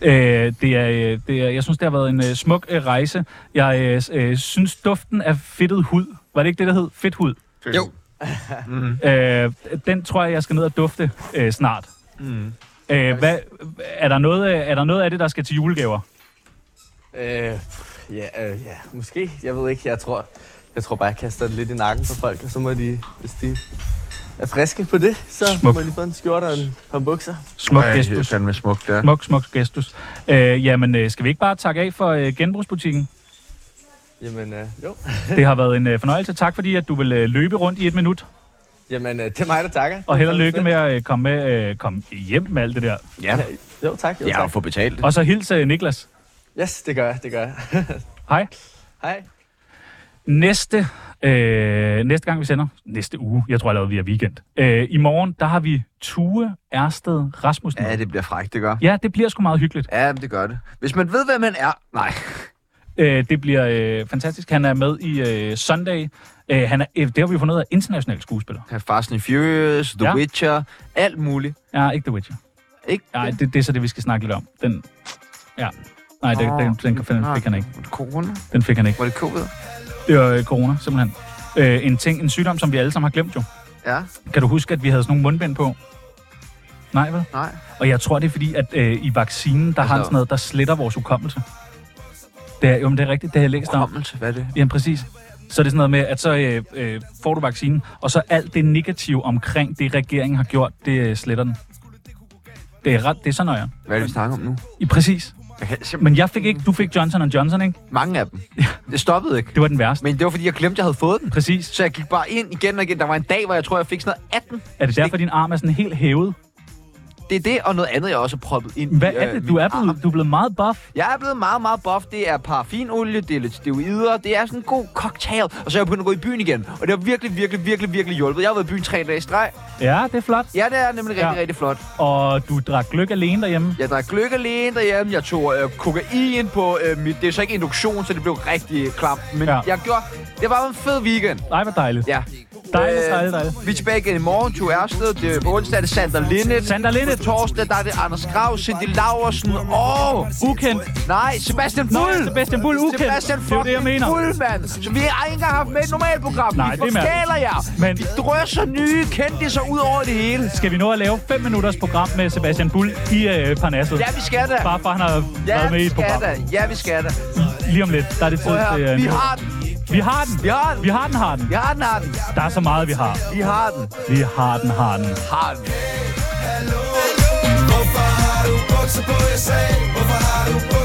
S4: Øh, det er, øh, det er, jeg synes, det har været en øh, smuk øh, rejse. Jeg øh, øh, synes, duften af fedtet hud, var det ikke det, der hed? Fedt hud?
S6: Jo.
S4: Mm. Øh, den tror jeg, jeg skal ned og dufte øh, snart.
S7: Mm.
S4: Øh, hvad, er, der noget, øh, er der noget af det, der skal til julegaver?
S7: Øh, ja, øh, ja, måske. Jeg ved ikke, jeg tror, jeg tror bare, jeg kaster det lidt i nakken på folk, og så må de, hvis de er friske på det, så Smuk. må de få en skjorte og en par bukser.
S4: Smuk
S3: Ej,
S4: gestus.
S3: det er fandme smukt, ja.
S4: Smuk, smuk gestus. Øh, jamen, øh, skal vi ikke bare takke af for øh, genbrugsbutikken?
S7: Jamen, øh, jo.
S4: Det har været en øh, fornøjelse. Tak fordi, at du vil øh, løbe rundt i et minut.
S7: Jamen, øh, det er mig, der takker.
S4: Og held og lykke med at øh, komme, med, øh, komme hjem med alt det der.
S3: Ja.
S7: Jo, tak. Jo,
S3: Ja,
S7: tak.
S3: og få betalt det.
S4: Og så hils øh, Niklas.
S7: Yes, det gør jeg, det gør jeg.
S4: Hej.
S7: Hej.
S4: Næste, øh, næste gang, vi sender, næste uge, jeg tror allerede, vi er weekend. Øh, I morgen, der har vi Tue Ersted Rasmussen.
S3: Ja, det bliver frækt, det gør.
S4: Ja, det bliver sgu meget hyggeligt.
S3: Ja, men det gør det. Hvis man ved, hvad man er... Nej.
S4: Øh, det bliver øh, fantastisk. Han er med i øh, Sunday. Øh, han er, øh, det har vi jo fundet ud af, international skuespiller.
S3: Han er Fast and Furious, The
S4: Ja.
S3: ja. Witcher, alt muligt.
S4: Ja, ikke The Witcher.
S3: Ikke?
S4: Nej, det, det er så det, vi skal snakke lidt om. Den, ja. Nej, den,
S3: Åh,
S4: den, den, den, den fik han ikke.
S3: Ah, Corona?
S4: Den fik han ikke.
S3: Var det covid?
S4: Det var øh, corona, simpelthen. Øh, en ting, en sygdom, som vi alle sammen har glemt jo.
S3: Ja.
S4: Kan du huske, at vi havde sådan nogle mundbind på? Nej, vel?
S3: Nej.
S4: Og jeg tror, det er fordi, at øh, i vaccinen, der altså, har
S3: Altså-
S4: han sådan noget, der sletter vores hukommelse. Det er, jo, men det er rigtigt, det har jeg læst om.
S3: Hukommelse, hvad er det?
S4: Jamen præcis. Så er det sådan noget med, at så øh, øh, får du vaccinen, og så alt det negative omkring det, regeringen har gjort, det øh, sletter den. Det er ret, det er så nøjere.
S3: Hvad er det, vi snakker om nu?
S4: I præcis.
S3: Jeg kan simpelthen...
S4: Men jeg fik ikke, du fik Johnson Johnson, ikke?
S3: Mange af dem. Det stoppede ikke.
S4: Det var den værste.
S3: Men det var, fordi jeg glemte, jeg havde fået den.
S4: Præcis.
S3: Så jeg gik bare ind igen og igen. Der var en dag, hvor jeg tror, jeg fik sådan noget 18.
S4: Er det derfor, din arm er sådan helt hævet?
S3: Det er det, og noget andet, jeg også har proppet ind
S4: Hvad
S3: i,
S4: er
S3: øh,
S4: det?
S3: min
S4: Du er blevet, du er blevet meget buff.
S3: Jeg er blevet meget, meget buff. Det er parafinolie, det er lidt steroider, det er sådan en god cocktail. Og så er jeg begyndt at gå i byen igen. Og det har virkelig, virkelig, virkelig, virkelig hjulpet. Jeg har været i byen tre dage i streg.
S4: Ja, det er flot.
S3: Ja, det er nemlig rigtig,
S4: Ja.
S3: ja. rigtig flot.
S4: Og du drak gløk alene derhjemme.
S3: Jeg drak gløk alene derhjemme. Jeg tog øh, kokain på øh, mit... Det er så ikke induktion, så det blev rigtig klamt. Men
S4: Ja.
S3: ja. jeg gjorde... Det var en fed weekend.
S4: Nej, hvor dejligt.
S3: Ja.
S4: Dejligt,
S3: Øh,
S4: dejligt, dejligt.
S3: Vi er tilbage igen i morgen, Tue Ørsted. Det er på onsdag, er det Sander Lindet.
S4: Sander Lindet.
S3: På torsdag, der er det Anders Grav, Cindy Laversen og...
S4: Ukendt.
S3: Nej, Sebastian Bull.
S4: Nej, Sebastian Bull, ukendt.
S3: Sebastian
S4: Det er jo det, jeg
S3: fucking
S4: mener.
S3: Bull, mand. Så vi har ikke engang haft med i et normalt program.
S4: Nej,
S3: vi
S4: det er mærkeligt.
S3: forkæler jer.
S4: Men-
S3: Men... Vi drøser nye kendtiser ud over det hele.
S4: Skal vi nå at lave 5 minutters program med Sebastian Bull i øh, Parnasset?
S3: Ja, vi skal da.
S4: Bare for, at han har
S3: Ja,
S4: været med i
S3: vi
S4: et
S3: skal
S4: program.
S3: da. Ja, vi skal da.
S4: Lige om lidt, der er det tid
S3: Prøv her.
S4: til... øh,
S3: Vi
S4: nyheder.
S3: har den.
S4: vi har den.
S3: Vi har den.
S4: Vi har den, har den.
S3: Vi har den, har den.
S4: Der er så meget, vi har.
S3: Vi har den.
S4: Vi har den, har den.
S3: Har den.
S9: Hvorfor har du bukser på, jeg sagde? Hvorfor har du bukser